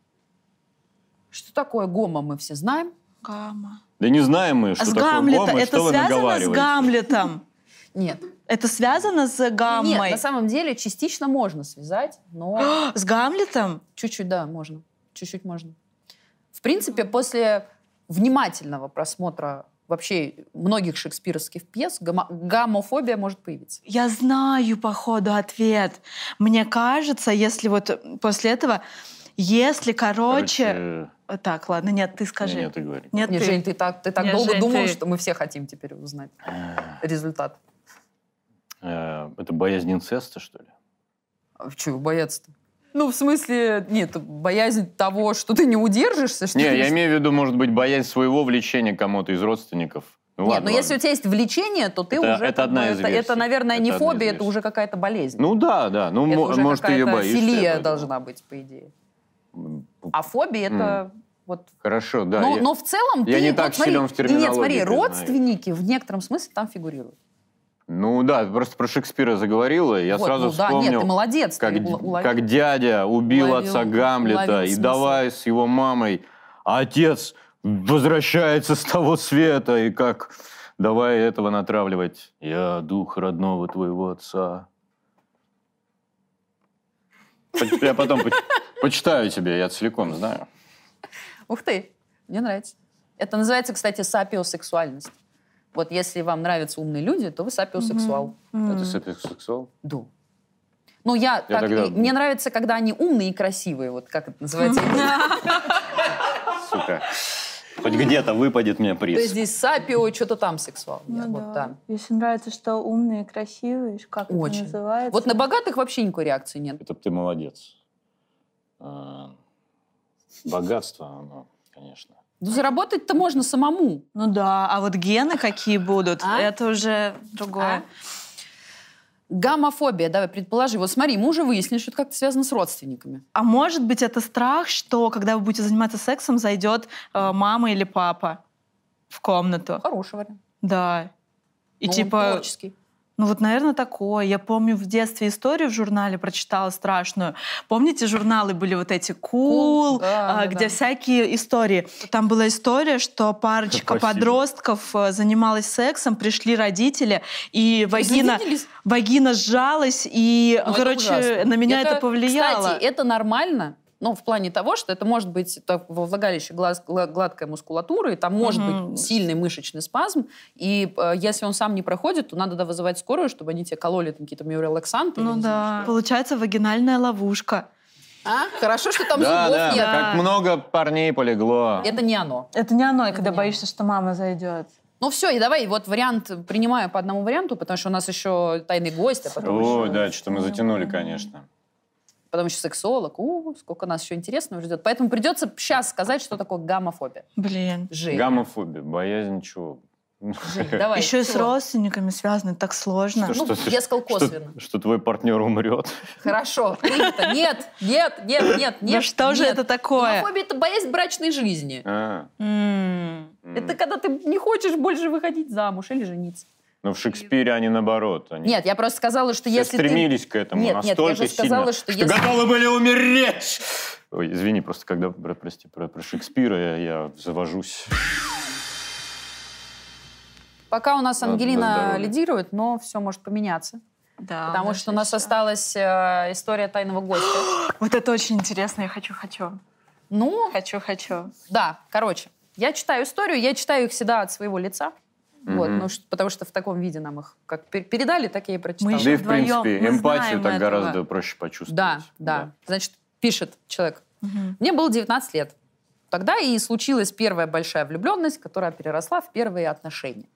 [SPEAKER 1] Что такое гома, мы все знаем.
[SPEAKER 4] Гамо. А
[SPEAKER 2] Да не знаем мы, что
[SPEAKER 4] с
[SPEAKER 2] такое
[SPEAKER 4] Гамлета.
[SPEAKER 2] гомо и
[SPEAKER 4] это
[SPEAKER 2] что вы
[SPEAKER 4] связано с
[SPEAKER 2] наговариваете.
[SPEAKER 4] Гамлетом?
[SPEAKER 1] Нет.
[SPEAKER 4] Это связано с гаммой?
[SPEAKER 1] Нет, на самом деле частично можно связать, но
[SPEAKER 4] *gasps* С Гамлетом?
[SPEAKER 1] чуть-чуть, да, можно. Чуть-чуть можно. В принципе, после внимательного просмотра вообще многих шекспировских пьес гама- гамофобия может появиться.
[SPEAKER 4] Я знаю, походу, ответ. Мне кажется, если вот после этого... Если,
[SPEAKER 2] э,
[SPEAKER 4] короче... Так, ладно, нет, ты скажи.
[SPEAKER 2] Нет, ты говори.
[SPEAKER 4] Нет,
[SPEAKER 1] Не,
[SPEAKER 4] ты.
[SPEAKER 1] Жень, ты так, ты так
[SPEAKER 4] Не,
[SPEAKER 1] долго
[SPEAKER 4] Жень,
[SPEAKER 1] думала,
[SPEAKER 4] ты-
[SPEAKER 1] что мы все хотим теперь узнать результат.
[SPEAKER 2] Э, Это боязнь инцеста, что ли?
[SPEAKER 1] А Чего бояться-то? Ну, в смысле, нет, боязнь того, что ты не удержишься, что
[SPEAKER 2] Не,
[SPEAKER 1] ты
[SPEAKER 2] я имею в виду, может быть, боязнь своего влечения кому-то из родственников. Ну,
[SPEAKER 1] Нет,
[SPEAKER 2] ладно,
[SPEAKER 1] но если у
[SPEAKER 2] ладно.
[SPEAKER 1] тебя есть влечение, то ты
[SPEAKER 2] Это-
[SPEAKER 1] уже...
[SPEAKER 2] это
[SPEAKER 1] как
[SPEAKER 2] одна
[SPEAKER 1] бы,
[SPEAKER 2] из
[SPEAKER 1] это,
[SPEAKER 2] версий.
[SPEAKER 1] это, наверное, не
[SPEAKER 2] Это одна из
[SPEAKER 1] фобия, это
[SPEAKER 2] версий.
[SPEAKER 1] уже какая-то болезнь.
[SPEAKER 2] Ну да, да. Ну,
[SPEAKER 1] это
[SPEAKER 2] мо-
[SPEAKER 1] уже
[SPEAKER 2] может, ты ее
[SPEAKER 1] какая-то
[SPEAKER 2] боишься. я
[SPEAKER 1] филия
[SPEAKER 2] поэтому.
[SPEAKER 1] должна быть, по идее.
[SPEAKER 2] М, п-
[SPEAKER 1] А фобия это вот...
[SPEAKER 2] Хорошо, да.
[SPEAKER 1] но,
[SPEAKER 2] я-
[SPEAKER 1] но в целом
[SPEAKER 2] я
[SPEAKER 1] ты...
[SPEAKER 2] не
[SPEAKER 1] вот
[SPEAKER 2] так
[SPEAKER 1] смотри,
[SPEAKER 2] силен
[SPEAKER 1] и
[SPEAKER 2] в
[SPEAKER 1] Нет,
[SPEAKER 2] терминологии,
[SPEAKER 1] смотри,
[SPEAKER 2] ты
[SPEAKER 1] родственники в некотором смысле там фигурируют.
[SPEAKER 2] Ну да, ты просто про Шекспира заговорила, и я
[SPEAKER 1] Вот,
[SPEAKER 2] сразу
[SPEAKER 1] ну да,
[SPEAKER 2] вспомнил,
[SPEAKER 1] нет, ты молодец,
[SPEAKER 2] как,
[SPEAKER 1] ты
[SPEAKER 2] д-
[SPEAKER 1] ула- уловил.
[SPEAKER 2] как дядя убил
[SPEAKER 1] уловил-
[SPEAKER 2] отца Гамлета,
[SPEAKER 1] уловил
[SPEAKER 2] и
[SPEAKER 1] смысл.
[SPEAKER 2] давай с его мамой, а отец возвращается с того света, и как давай этого натравливать. Я дух родного твоего отца. Поч- Я потом поч- почитаю тебе, я целиком знаю.
[SPEAKER 1] Ух ты, мне нравится. Это называется, кстати, сапиосексуальность. Вот если вам нравятся умные люди, то вы сапиосексуал.
[SPEAKER 4] М.
[SPEAKER 2] сексуал?
[SPEAKER 1] Да. Ну, я, так,
[SPEAKER 2] Я тогда-
[SPEAKER 1] и- мне нравится, когда они умные и красивые, вот как это называется.
[SPEAKER 2] Сука. Хоть где-то выпадет мне
[SPEAKER 1] То есть
[SPEAKER 2] приз.
[SPEAKER 1] здесь сапио, что-то там сексуал.
[SPEAKER 4] Ну
[SPEAKER 1] Я вот,
[SPEAKER 4] да.
[SPEAKER 1] да.
[SPEAKER 4] Если нравится, что умные, красивые, как
[SPEAKER 1] Очень.
[SPEAKER 4] это называется.
[SPEAKER 1] Вот на богатых вообще никакой реакции нет.
[SPEAKER 2] Это ты молодец. А, Богатство, оно, конечно.
[SPEAKER 1] Ну, заработать-то можно самому.
[SPEAKER 4] Ну да, а вот гены какие будут,
[SPEAKER 1] А?
[SPEAKER 4] это уже другое.
[SPEAKER 1] Гомофобия, А? давай, предположи. Вот смотри, мы уже выяснили, что это как-то связано с родственниками.
[SPEAKER 4] А? может быть, это страх, что когда вы будете заниматься сексом, зайдет э, мама или папа. в комнату.
[SPEAKER 1] Хороший вариант.
[SPEAKER 4] Да. И
[SPEAKER 1] Ну, он
[SPEAKER 4] типа,
[SPEAKER 1] творческий.
[SPEAKER 4] ну вот, наверное, такое. Я помню в детстве историю в журнале прочитала страшную. Помните, журналы были вот эти «Кул»,
[SPEAKER 1] Cool, да,
[SPEAKER 4] а,
[SPEAKER 1] да,
[SPEAKER 4] где
[SPEAKER 1] да.
[SPEAKER 4] всякие истории. Там была история, что парочка
[SPEAKER 2] Спасибо.
[SPEAKER 4] подростков э, занималась сексом, пришли родители, и вагина,
[SPEAKER 1] Извинились?
[SPEAKER 4] вагина сжалась, и,
[SPEAKER 1] Ну, это
[SPEAKER 4] короче,
[SPEAKER 1] ужасно.
[SPEAKER 4] на меня это, повлияло.
[SPEAKER 1] Кстати, это нормально, ну, в плане того, что это может быть так, во влагалище глаз- гла- гладкая мускулатура, и там может
[SPEAKER 4] Мгм.
[SPEAKER 1] быть сильный мышечный спазм, и э, если он сам не проходит, то надо да, вызывать скорую, чтобы они тебе кололи там какие-то миорелаксанты.
[SPEAKER 4] Ну
[SPEAKER 1] или не
[SPEAKER 4] да.
[SPEAKER 1] знаю, что.
[SPEAKER 4] Получается вагинальная ловушка.
[SPEAKER 1] А? Хорошо, что там
[SPEAKER 2] Да,
[SPEAKER 1] зубов
[SPEAKER 2] да,
[SPEAKER 1] нет.
[SPEAKER 2] как много парней полегло.
[SPEAKER 1] Это не оно.
[SPEAKER 4] Это не оно, и
[SPEAKER 1] Это
[SPEAKER 4] когда
[SPEAKER 1] не
[SPEAKER 4] боишься, что мама зайдет.
[SPEAKER 1] Ну все, и давай, вот вариант, принимаю по одному варианту, потому что у нас еще тайный гость, а потом,
[SPEAKER 2] О,
[SPEAKER 4] еще
[SPEAKER 2] да, что-то мы
[SPEAKER 4] раз.
[SPEAKER 2] затянули, конечно.
[SPEAKER 1] потом еще сексолог. У, сколько нас еще интересного ждет. Поэтому придется сейчас сказать, что такое гомофобия.
[SPEAKER 4] Блин.
[SPEAKER 1] Жи.
[SPEAKER 2] Гаммофобия, боязнь чего? *laughs*
[SPEAKER 1] Жи, Давай.
[SPEAKER 4] Еще и с
[SPEAKER 1] чего?
[SPEAKER 4] родственниками связано, так сложно.
[SPEAKER 2] Что ж-
[SPEAKER 1] Ну, я сказал косвенно.
[SPEAKER 2] Что, что твой партнер умрет.
[SPEAKER 1] Хорошо, принято. Нет, нет, нет, нет,
[SPEAKER 4] да
[SPEAKER 1] ну, нет.
[SPEAKER 4] что же
[SPEAKER 1] нет. Ну,
[SPEAKER 4] это такое?
[SPEAKER 1] Гомофобия – это боязнь брачной жизни.
[SPEAKER 2] А,
[SPEAKER 4] М.
[SPEAKER 2] м.
[SPEAKER 1] Это когда ты не хочешь больше выходить замуж или жениться.
[SPEAKER 2] Но Ну, в Шекспире они наоборот. Они
[SPEAKER 1] Нет, я просто сказала, что
[SPEAKER 2] все
[SPEAKER 1] если ты...
[SPEAKER 2] стремились к этому
[SPEAKER 1] Нет, нет, я же
[SPEAKER 2] настолько
[SPEAKER 1] сказала,
[SPEAKER 2] сильно,
[SPEAKER 1] что если-
[SPEAKER 2] готовы были умереть. Ой, извини, просто когда, брат, прости, про, про Шекспира я, я завожусь.
[SPEAKER 1] Пока у нас
[SPEAKER 2] Ладно, на
[SPEAKER 1] Ангелина
[SPEAKER 2] здоровье.
[SPEAKER 1] лидирует, но все может поменяться.
[SPEAKER 4] Да.
[SPEAKER 1] Потому что у нас
[SPEAKER 4] ещё-
[SPEAKER 1] осталась э, история тайного гостя. *gasps*
[SPEAKER 4] Вот это очень интересно, я хочу, хочу.
[SPEAKER 1] Ну,
[SPEAKER 4] Хочу, хочу.
[SPEAKER 1] да, короче. Я читаю историю, я читаю их всегда от своего лица. Вот,
[SPEAKER 2] Мгм.
[SPEAKER 1] ну, ш- потому что в таком виде нам их как пер- передали, так я и прочитала.
[SPEAKER 4] Мы
[SPEAKER 2] Да
[SPEAKER 4] еще
[SPEAKER 2] и, в
[SPEAKER 4] вдвоем,
[SPEAKER 2] принципе,
[SPEAKER 4] мы
[SPEAKER 2] эмпатию
[SPEAKER 4] знаем
[SPEAKER 2] так
[SPEAKER 4] этого.
[SPEAKER 2] гораздо проще почувствовать.
[SPEAKER 1] Да, да, Значит, пишет человек. Мне было 19 лет. Тогда и случилась первая большая влюбленность, которая переросла в первые отношения.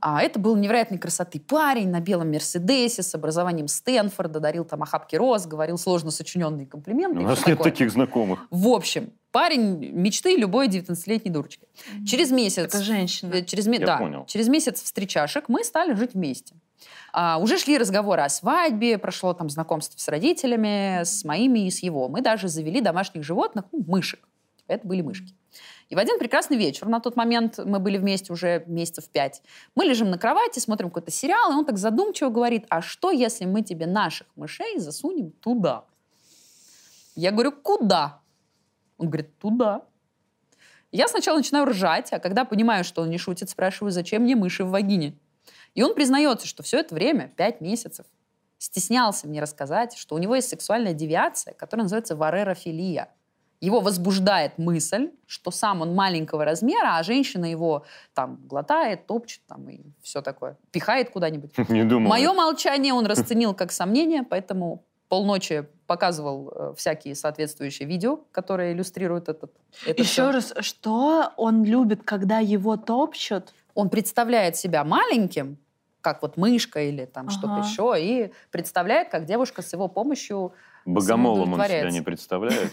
[SPEAKER 1] А это был невероятной красоты парень на белом Мерседесе с образованием Стэнфорда, дарил там охапки роз, говорил сложно сочиненные комплименты.
[SPEAKER 2] Ну, У
[SPEAKER 1] и
[SPEAKER 2] нас
[SPEAKER 1] всё
[SPEAKER 2] нет
[SPEAKER 1] такое.
[SPEAKER 2] таких знакомых. *laughs*
[SPEAKER 1] В общем, парень мечты любой 19-летней дурочки. Через месяц...
[SPEAKER 4] Это женщина.
[SPEAKER 1] Э, Через, ме-
[SPEAKER 2] Я
[SPEAKER 1] да,
[SPEAKER 2] понял.
[SPEAKER 1] через месяц встречашек мы стали жить вместе. А, уже шли разговоры о свадьбе, прошло там знакомство с родителями, с моими и с его. Мы даже завели домашних животных, ну, мышек. Типа, Это были мышки. И в один прекрасный вечер, на тот момент мы были вместе уже месяцев пять, мы лежим на кровати, смотрим какой-то сериал, и он так задумчиво говорит, а что, если мы тебе наших мышей засунем туда? Я говорю, куда? Он говорит, туда. Я сначала начинаю ржать, а когда понимаю, что он не шутит, спрашиваю, зачем мне мыши в вагине? И он признается, что все это время, пять месяцев, стеснялся мне рассказать, что у него есть сексуальная девиация, которая называется варерофилия. Его возбуждает мысль, что сам он маленького размера, а женщина его там глотает, топчет там и все такое, пихает куда-нибудь.
[SPEAKER 2] Не думал.
[SPEAKER 1] Мое молчание он расценил как сомнение, поэтому полночи показывал э, всякие соответствующие видео, которые иллюстрируют этот. это всё.
[SPEAKER 4] Еще раз, что он любит, когда его топчут?
[SPEAKER 1] он представляет себя маленьким, как вот мышка или там что-то
[SPEAKER 4] Ага.
[SPEAKER 1] еще, и представляет, как девушка с его помощью.
[SPEAKER 2] Богомолом он себя
[SPEAKER 1] удовлетворяется.
[SPEAKER 2] не представляет.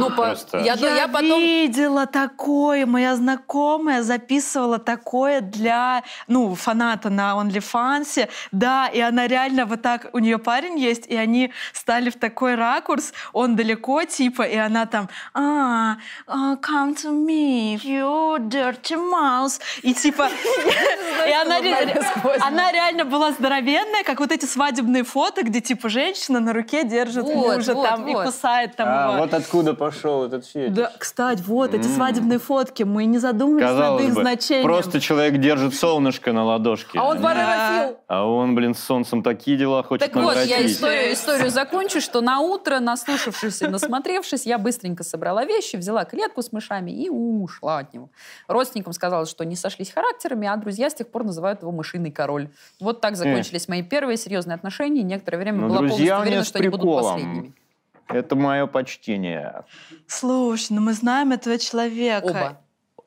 [SPEAKER 1] Ну, по-
[SPEAKER 2] Просто-
[SPEAKER 1] я, ну, я *laughs* потом.
[SPEAKER 4] видела такое, моя знакомая записывала такое для, ну, фаната на OnlyFans, да, и она реально вот так, у нее парень есть, и они стали в такой ракурс, он далеко, типа, и она там, а, а, come to me, you dirty mouse,
[SPEAKER 1] *laughs*
[SPEAKER 4] и типа, и она,
[SPEAKER 1] что
[SPEAKER 4] ре-
[SPEAKER 1] она сквозь.
[SPEAKER 4] она реально была здоровенная, как вот эти свадебные фото, где типа женщина на руке держит
[SPEAKER 1] Вот,
[SPEAKER 4] мужа
[SPEAKER 1] вот,
[SPEAKER 4] там и
[SPEAKER 1] вот.
[SPEAKER 4] кусает там его.
[SPEAKER 2] А, вот откуда пошел этот фетиш.
[SPEAKER 4] Да, кстати, вот эти
[SPEAKER 2] М.
[SPEAKER 4] свадебные фотки, мы не задумывались над
[SPEAKER 2] Казалось
[SPEAKER 4] их
[SPEAKER 2] бы,
[SPEAKER 4] значением.
[SPEAKER 2] просто человек держит солнышко на ладошке.
[SPEAKER 1] А он
[SPEAKER 2] Не-
[SPEAKER 1] варерофил.
[SPEAKER 2] А он, блин, с солнцем такие дела хочет
[SPEAKER 1] Так вот, я
[SPEAKER 2] наворотить.
[SPEAKER 1] историю, историю закончу, что на утро, наслушавшись и насмотревшись, я быстренько собрала вещи, взяла клетку с мышами и ушла от него. Родственникам сказала, что не сошлись характерами, а друзья с тех пор называют его мышиный король. Вот так закончились мои первые серьезные отношения. и Некоторое время
[SPEAKER 2] Э. Ну,
[SPEAKER 1] была полностью
[SPEAKER 2] друзья у
[SPEAKER 1] уверена,
[SPEAKER 2] меня с
[SPEAKER 1] что они будут
[SPEAKER 2] приколом.
[SPEAKER 1] последними.
[SPEAKER 2] Это мое почтение.
[SPEAKER 4] Слушай, ну мы знаем этого человека.
[SPEAKER 1] Оба.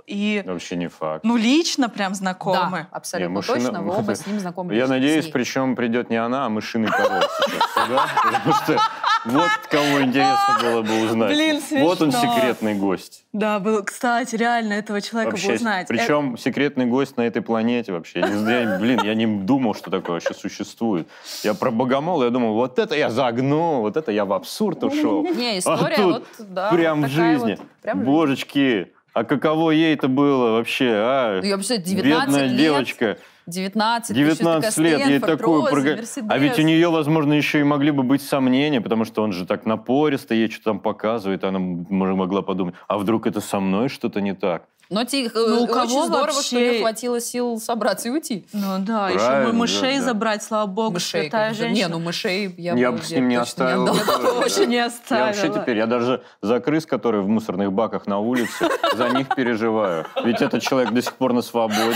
[SPEAKER 4] И,
[SPEAKER 2] Вообще не факт.
[SPEAKER 4] ну, лично прям знакомы.
[SPEAKER 1] Да, абсолютно
[SPEAKER 2] Не, мышина-
[SPEAKER 1] точно. Вы оба с ним знакомы.
[SPEAKER 2] Я
[SPEAKER 1] лично, с
[SPEAKER 2] надеюсь,
[SPEAKER 1] ней.
[SPEAKER 2] причем придет не она, а мышиный король сейчас *laughs* сюда, потому что вот кому интересно было бы узнать.
[SPEAKER 4] Блин,
[SPEAKER 2] Вот он
[SPEAKER 4] смешно.
[SPEAKER 2] секретный гость.
[SPEAKER 4] Да, было, кстати, реально этого человека бы
[SPEAKER 2] Вообще,
[SPEAKER 4] узнать. Э,
[SPEAKER 2] причем секретный гость на этой планете вообще. Я не знаю, блин, я не думал, что такое вообще существует. Я про богомол, я думал, вот это я загнул, вот это я в абсурд ушел.
[SPEAKER 1] Не, история
[SPEAKER 2] А тут
[SPEAKER 1] вот, Ну, да,
[SPEAKER 2] прям в
[SPEAKER 1] вот такая
[SPEAKER 2] жизни.
[SPEAKER 1] вот, прям в жизни.
[SPEAKER 2] Божечки, А каково ей-то было вообще, а?
[SPEAKER 1] Ну, я вообще 19
[SPEAKER 2] Бедная
[SPEAKER 1] лет,
[SPEAKER 2] девочка,
[SPEAKER 1] 19,
[SPEAKER 2] 19 лет, ей такую... прога- А ведь у
[SPEAKER 1] нее
[SPEAKER 2] нее, возможно, еще и могли бы быть сомнения, потому что он же так напористо ей что-то там показывает, она м- могла подумать, а вдруг это со мной что-то не так?
[SPEAKER 1] Но тих-
[SPEAKER 4] Ну, у
[SPEAKER 1] очень
[SPEAKER 4] кого
[SPEAKER 1] здорово, что ей
[SPEAKER 4] вообще-
[SPEAKER 1] хватило сил собраться и уйти.
[SPEAKER 4] Ну да, еще
[SPEAKER 2] Правильно,
[SPEAKER 4] бы мышей
[SPEAKER 2] да.
[SPEAKER 4] забрать, слава богу, святая
[SPEAKER 1] конечно.
[SPEAKER 4] женщина.
[SPEAKER 1] Не,
[SPEAKER 4] *laughs*
[SPEAKER 1] ну мышей я,
[SPEAKER 2] Я
[SPEAKER 1] бы
[SPEAKER 2] бы с
[SPEAKER 1] я
[SPEAKER 2] ним не
[SPEAKER 1] точно
[SPEAKER 2] оставил.
[SPEAKER 1] отдала.
[SPEAKER 4] Вообще не
[SPEAKER 2] Я
[SPEAKER 4] оставила.
[SPEAKER 2] вообще теперь, я даже за крыс, которые в мусорных баках на улице, за них переживаю. Ведь этот человек до сих пор на свободе.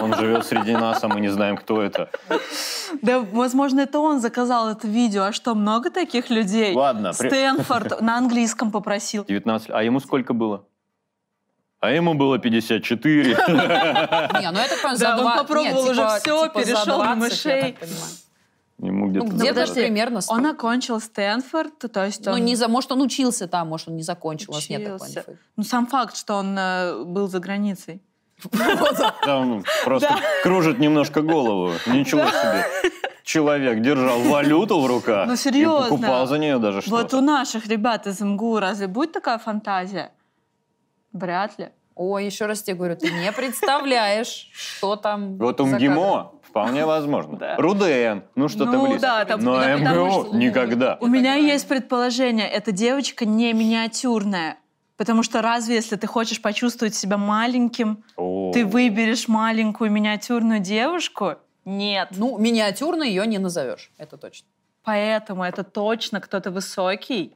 [SPEAKER 2] Он живет среди нас, а мы не знаем, кто это.
[SPEAKER 4] Да, возможно, это он заказал это видео. А что, много таких людей?
[SPEAKER 2] Ладно, при-
[SPEAKER 4] Стэнфорд на английском
[SPEAKER 2] *laughs*
[SPEAKER 4] попросил.
[SPEAKER 2] 19 А ему сколько было? А ему было 54.
[SPEAKER 1] Не, ну я так понимаю, за
[SPEAKER 4] Да, он
[SPEAKER 1] два... не,
[SPEAKER 4] попробовал
[SPEAKER 1] типа-
[SPEAKER 4] уже всё,
[SPEAKER 1] типа за
[SPEAKER 4] перешёл
[SPEAKER 1] 20, я
[SPEAKER 4] на мышей.
[SPEAKER 1] так понимаю.
[SPEAKER 2] *laughs* Ему
[SPEAKER 1] Ну,
[SPEAKER 2] где-то...
[SPEAKER 1] где-то
[SPEAKER 4] подожди,
[SPEAKER 1] примерно
[SPEAKER 4] Он
[SPEAKER 1] столько.
[SPEAKER 4] окончил Стэнфорд, то есть
[SPEAKER 1] Ну,
[SPEAKER 4] он...
[SPEAKER 1] не за... Может, он учился там, может, он не закончил. У нас нет такой
[SPEAKER 4] Учился.
[SPEAKER 1] инфы.
[SPEAKER 4] Ну, сам факт, что он э, был за границей.
[SPEAKER 2] Там просто кружит немножко голову. Ничего себе. Человек держал валюту в руках
[SPEAKER 4] Ну, серьезно.
[SPEAKER 2] и покупал за нее даже
[SPEAKER 4] Вот у
[SPEAKER 2] что-то.
[SPEAKER 4] наших ребят из МГУ разве будет такая фантазия? Вряд ли.
[SPEAKER 1] Ой, еще раз тебе говорю, ты не представляешь, что там
[SPEAKER 2] Вот
[SPEAKER 1] за
[SPEAKER 2] у
[SPEAKER 1] кадром.
[SPEAKER 2] МГИМО вполне возможно.
[SPEAKER 4] Да.
[SPEAKER 2] РУДН, ну что-то
[SPEAKER 4] Ну,
[SPEAKER 2] близко.
[SPEAKER 4] да, там-
[SPEAKER 2] Но
[SPEAKER 1] Да, потому что-
[SPEAKER 2] МГУ никогда.
[SPEAKER 4] У меня есть предположение, эта девочка не миниатюрная. Потому что разве, если ты хочешь почувствовать себя маленьким,
[SPEAKER 2] О.
[SPEAKER 4] ты выберешь маленькую миниатюрную девушку? Нет.
[SPEAKER 1] Ну, миниатюрной ее не назовешь, это точно.
[SPEAKER 4] Поэтому это точно кто-то высокий.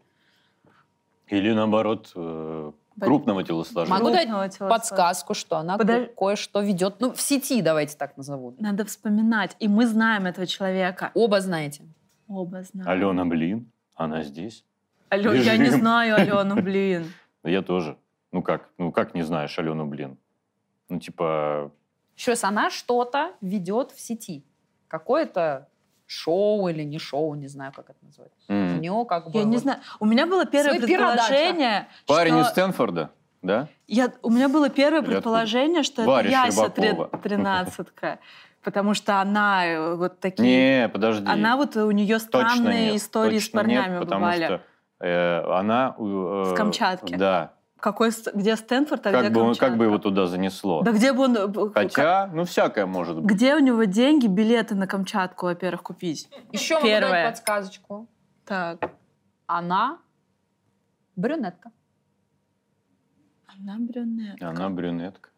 [SPEAKER 2] Или наоборот, э, крупного телосложения.
[SPEAKER 1] Могу дать
[SPEAKER 4] крупного телосложения.
[SPEAKER 1] подсказку, что она
[SPEAKER 4] Подож-
[SPEAKER 1] ко- кое-что ведет. Ну, в сети, давайте так назову.
[SPEAKER 4] Надо вспоминать. И мы знаем этого человека.
[SPEAKER 1] Оба знаете.
[SPEAKER 4] Оба знаем.
[SPEAKER 2] Алена, блин, она здесь.
[SPEAKER 4] Алё, я не
[SPEAKER 2] Бежим.
[SPEAKER 4] знаю Алену, блин.
[SPEAKER 2] *laughs* Да Я тоже. Ну как, ну как не знаешь Алену, блин? Ну типа,
[SPEAKER 1] Еще раз, она что-то ведет в сети. Какое-то шоу или не шоу, не знаю, как это назвать. У
[SPEAKER 2] м,
[SPEAKER 1] нее как бы...
[SPEAKER 4] Я не
[SPEAKER 1] вот-
[SPEAKER 4] знаю. У меня было первое
[SPEAKER 1] Свои пиродача.
[SPEAKER 4] предположение,
[SPEAKER 2] парень из
[SPEAKER 4] что...
[SPEAKER 2] Стэнфорда, да?
[SPEAKER 4] Я, у меня было
[SPEAKER 2] Или
[SPEAKER 4] первое
[SPEAKER 2] откуда?
[SPEAKER 4] предположение, что это
[SPEAKER 2] Варя
[SPEAKER 4] Яся
[SPEAKER 2] Щербакова.
[SPEAKER 4] три- тринадцатка. Потому что она э, вот такие...
[SPEAKER 2] Не, подожди.
[SPEAKER 4] Она вот, э, у нее
[SPEAKER 2] Точно
[SPEAKER 4] странные
[SPEAKER 2] нет,
[SPEAKER 4] истории с
[SPEAKER 2] точно нет,
[SPEAKER 4] парнями
[SPEAKER 2] потому
[SPEAKER 4] бывали.
[SPEAKER 2] что э, она... э,
[SPEAKER 4] С Камчатки.
[SPEAKER 2] Да.
[SPEAKER 4] Какой, ст- где Стэнфорд, а
[SPEAKER 2] как,
[SPEAKER 4] где
[SPEAKER 2] бы, он-
[SPEAKER 4] Камчатка?
[SPEAKER 2] как бы его туда занесло.
[SPEAKER 4] Да где бы он... э, к-
[SPEAKER 2] Хотя, ну всякое может быть.
[SPEAKER 4] Где у него деньги билеты на Камчатку, во-первых, купить?
[SPEAKER 1] Еще могу
[SPEAKER 4] Первое.
[SPEAKER 1] дать подсказочку.
[SPEAKER 4] Так,
[SPEAKER 1] Она брюнетка.
[SPEAKER 4] она брюнетка.
[SPEAKER 2] Она брюнетка.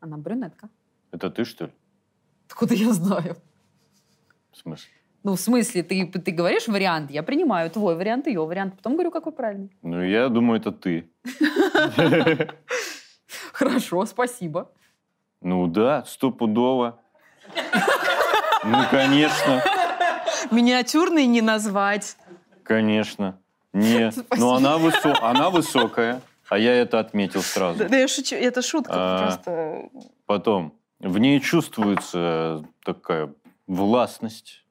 [SPEAKER 1] Она брюнетка.
[SPEAKER 2] Это ты, что ли?
[SPEAKER 1] Откуда я знаю?
[SPEAKER 2] В смысле?
[SPEAKER 1] Ну, в смысле, ты, ты говоришь вариант, я принимаю твой вариант, ее вариант, потом говорю, какой правильный. *laughs*
[SPEAKER 2] Ну, я думаю, это
[SPEAKER 4] *laughs*
[SPEAKER 2] ты.
[SPEAKER 1] Хорошо, спасибо.
[SPEAKER 2] Ну да, стопудово. Ну, конечно,
[SPEAKER 4] Миниатюрный не назвать.
[SPEAKER 2] конечно. Нет, но она, высо- она высокая, а я это отметил
[SPEAKER 4] Да,
[SPEAKER 2] сразу.
[SPEAKER 4] да я шучу, это шутка
[SPEAKER 2] А.
[SPEAKER 4] просто.
[SPEAKER 2] Потом, в ней чувствуется такая властность.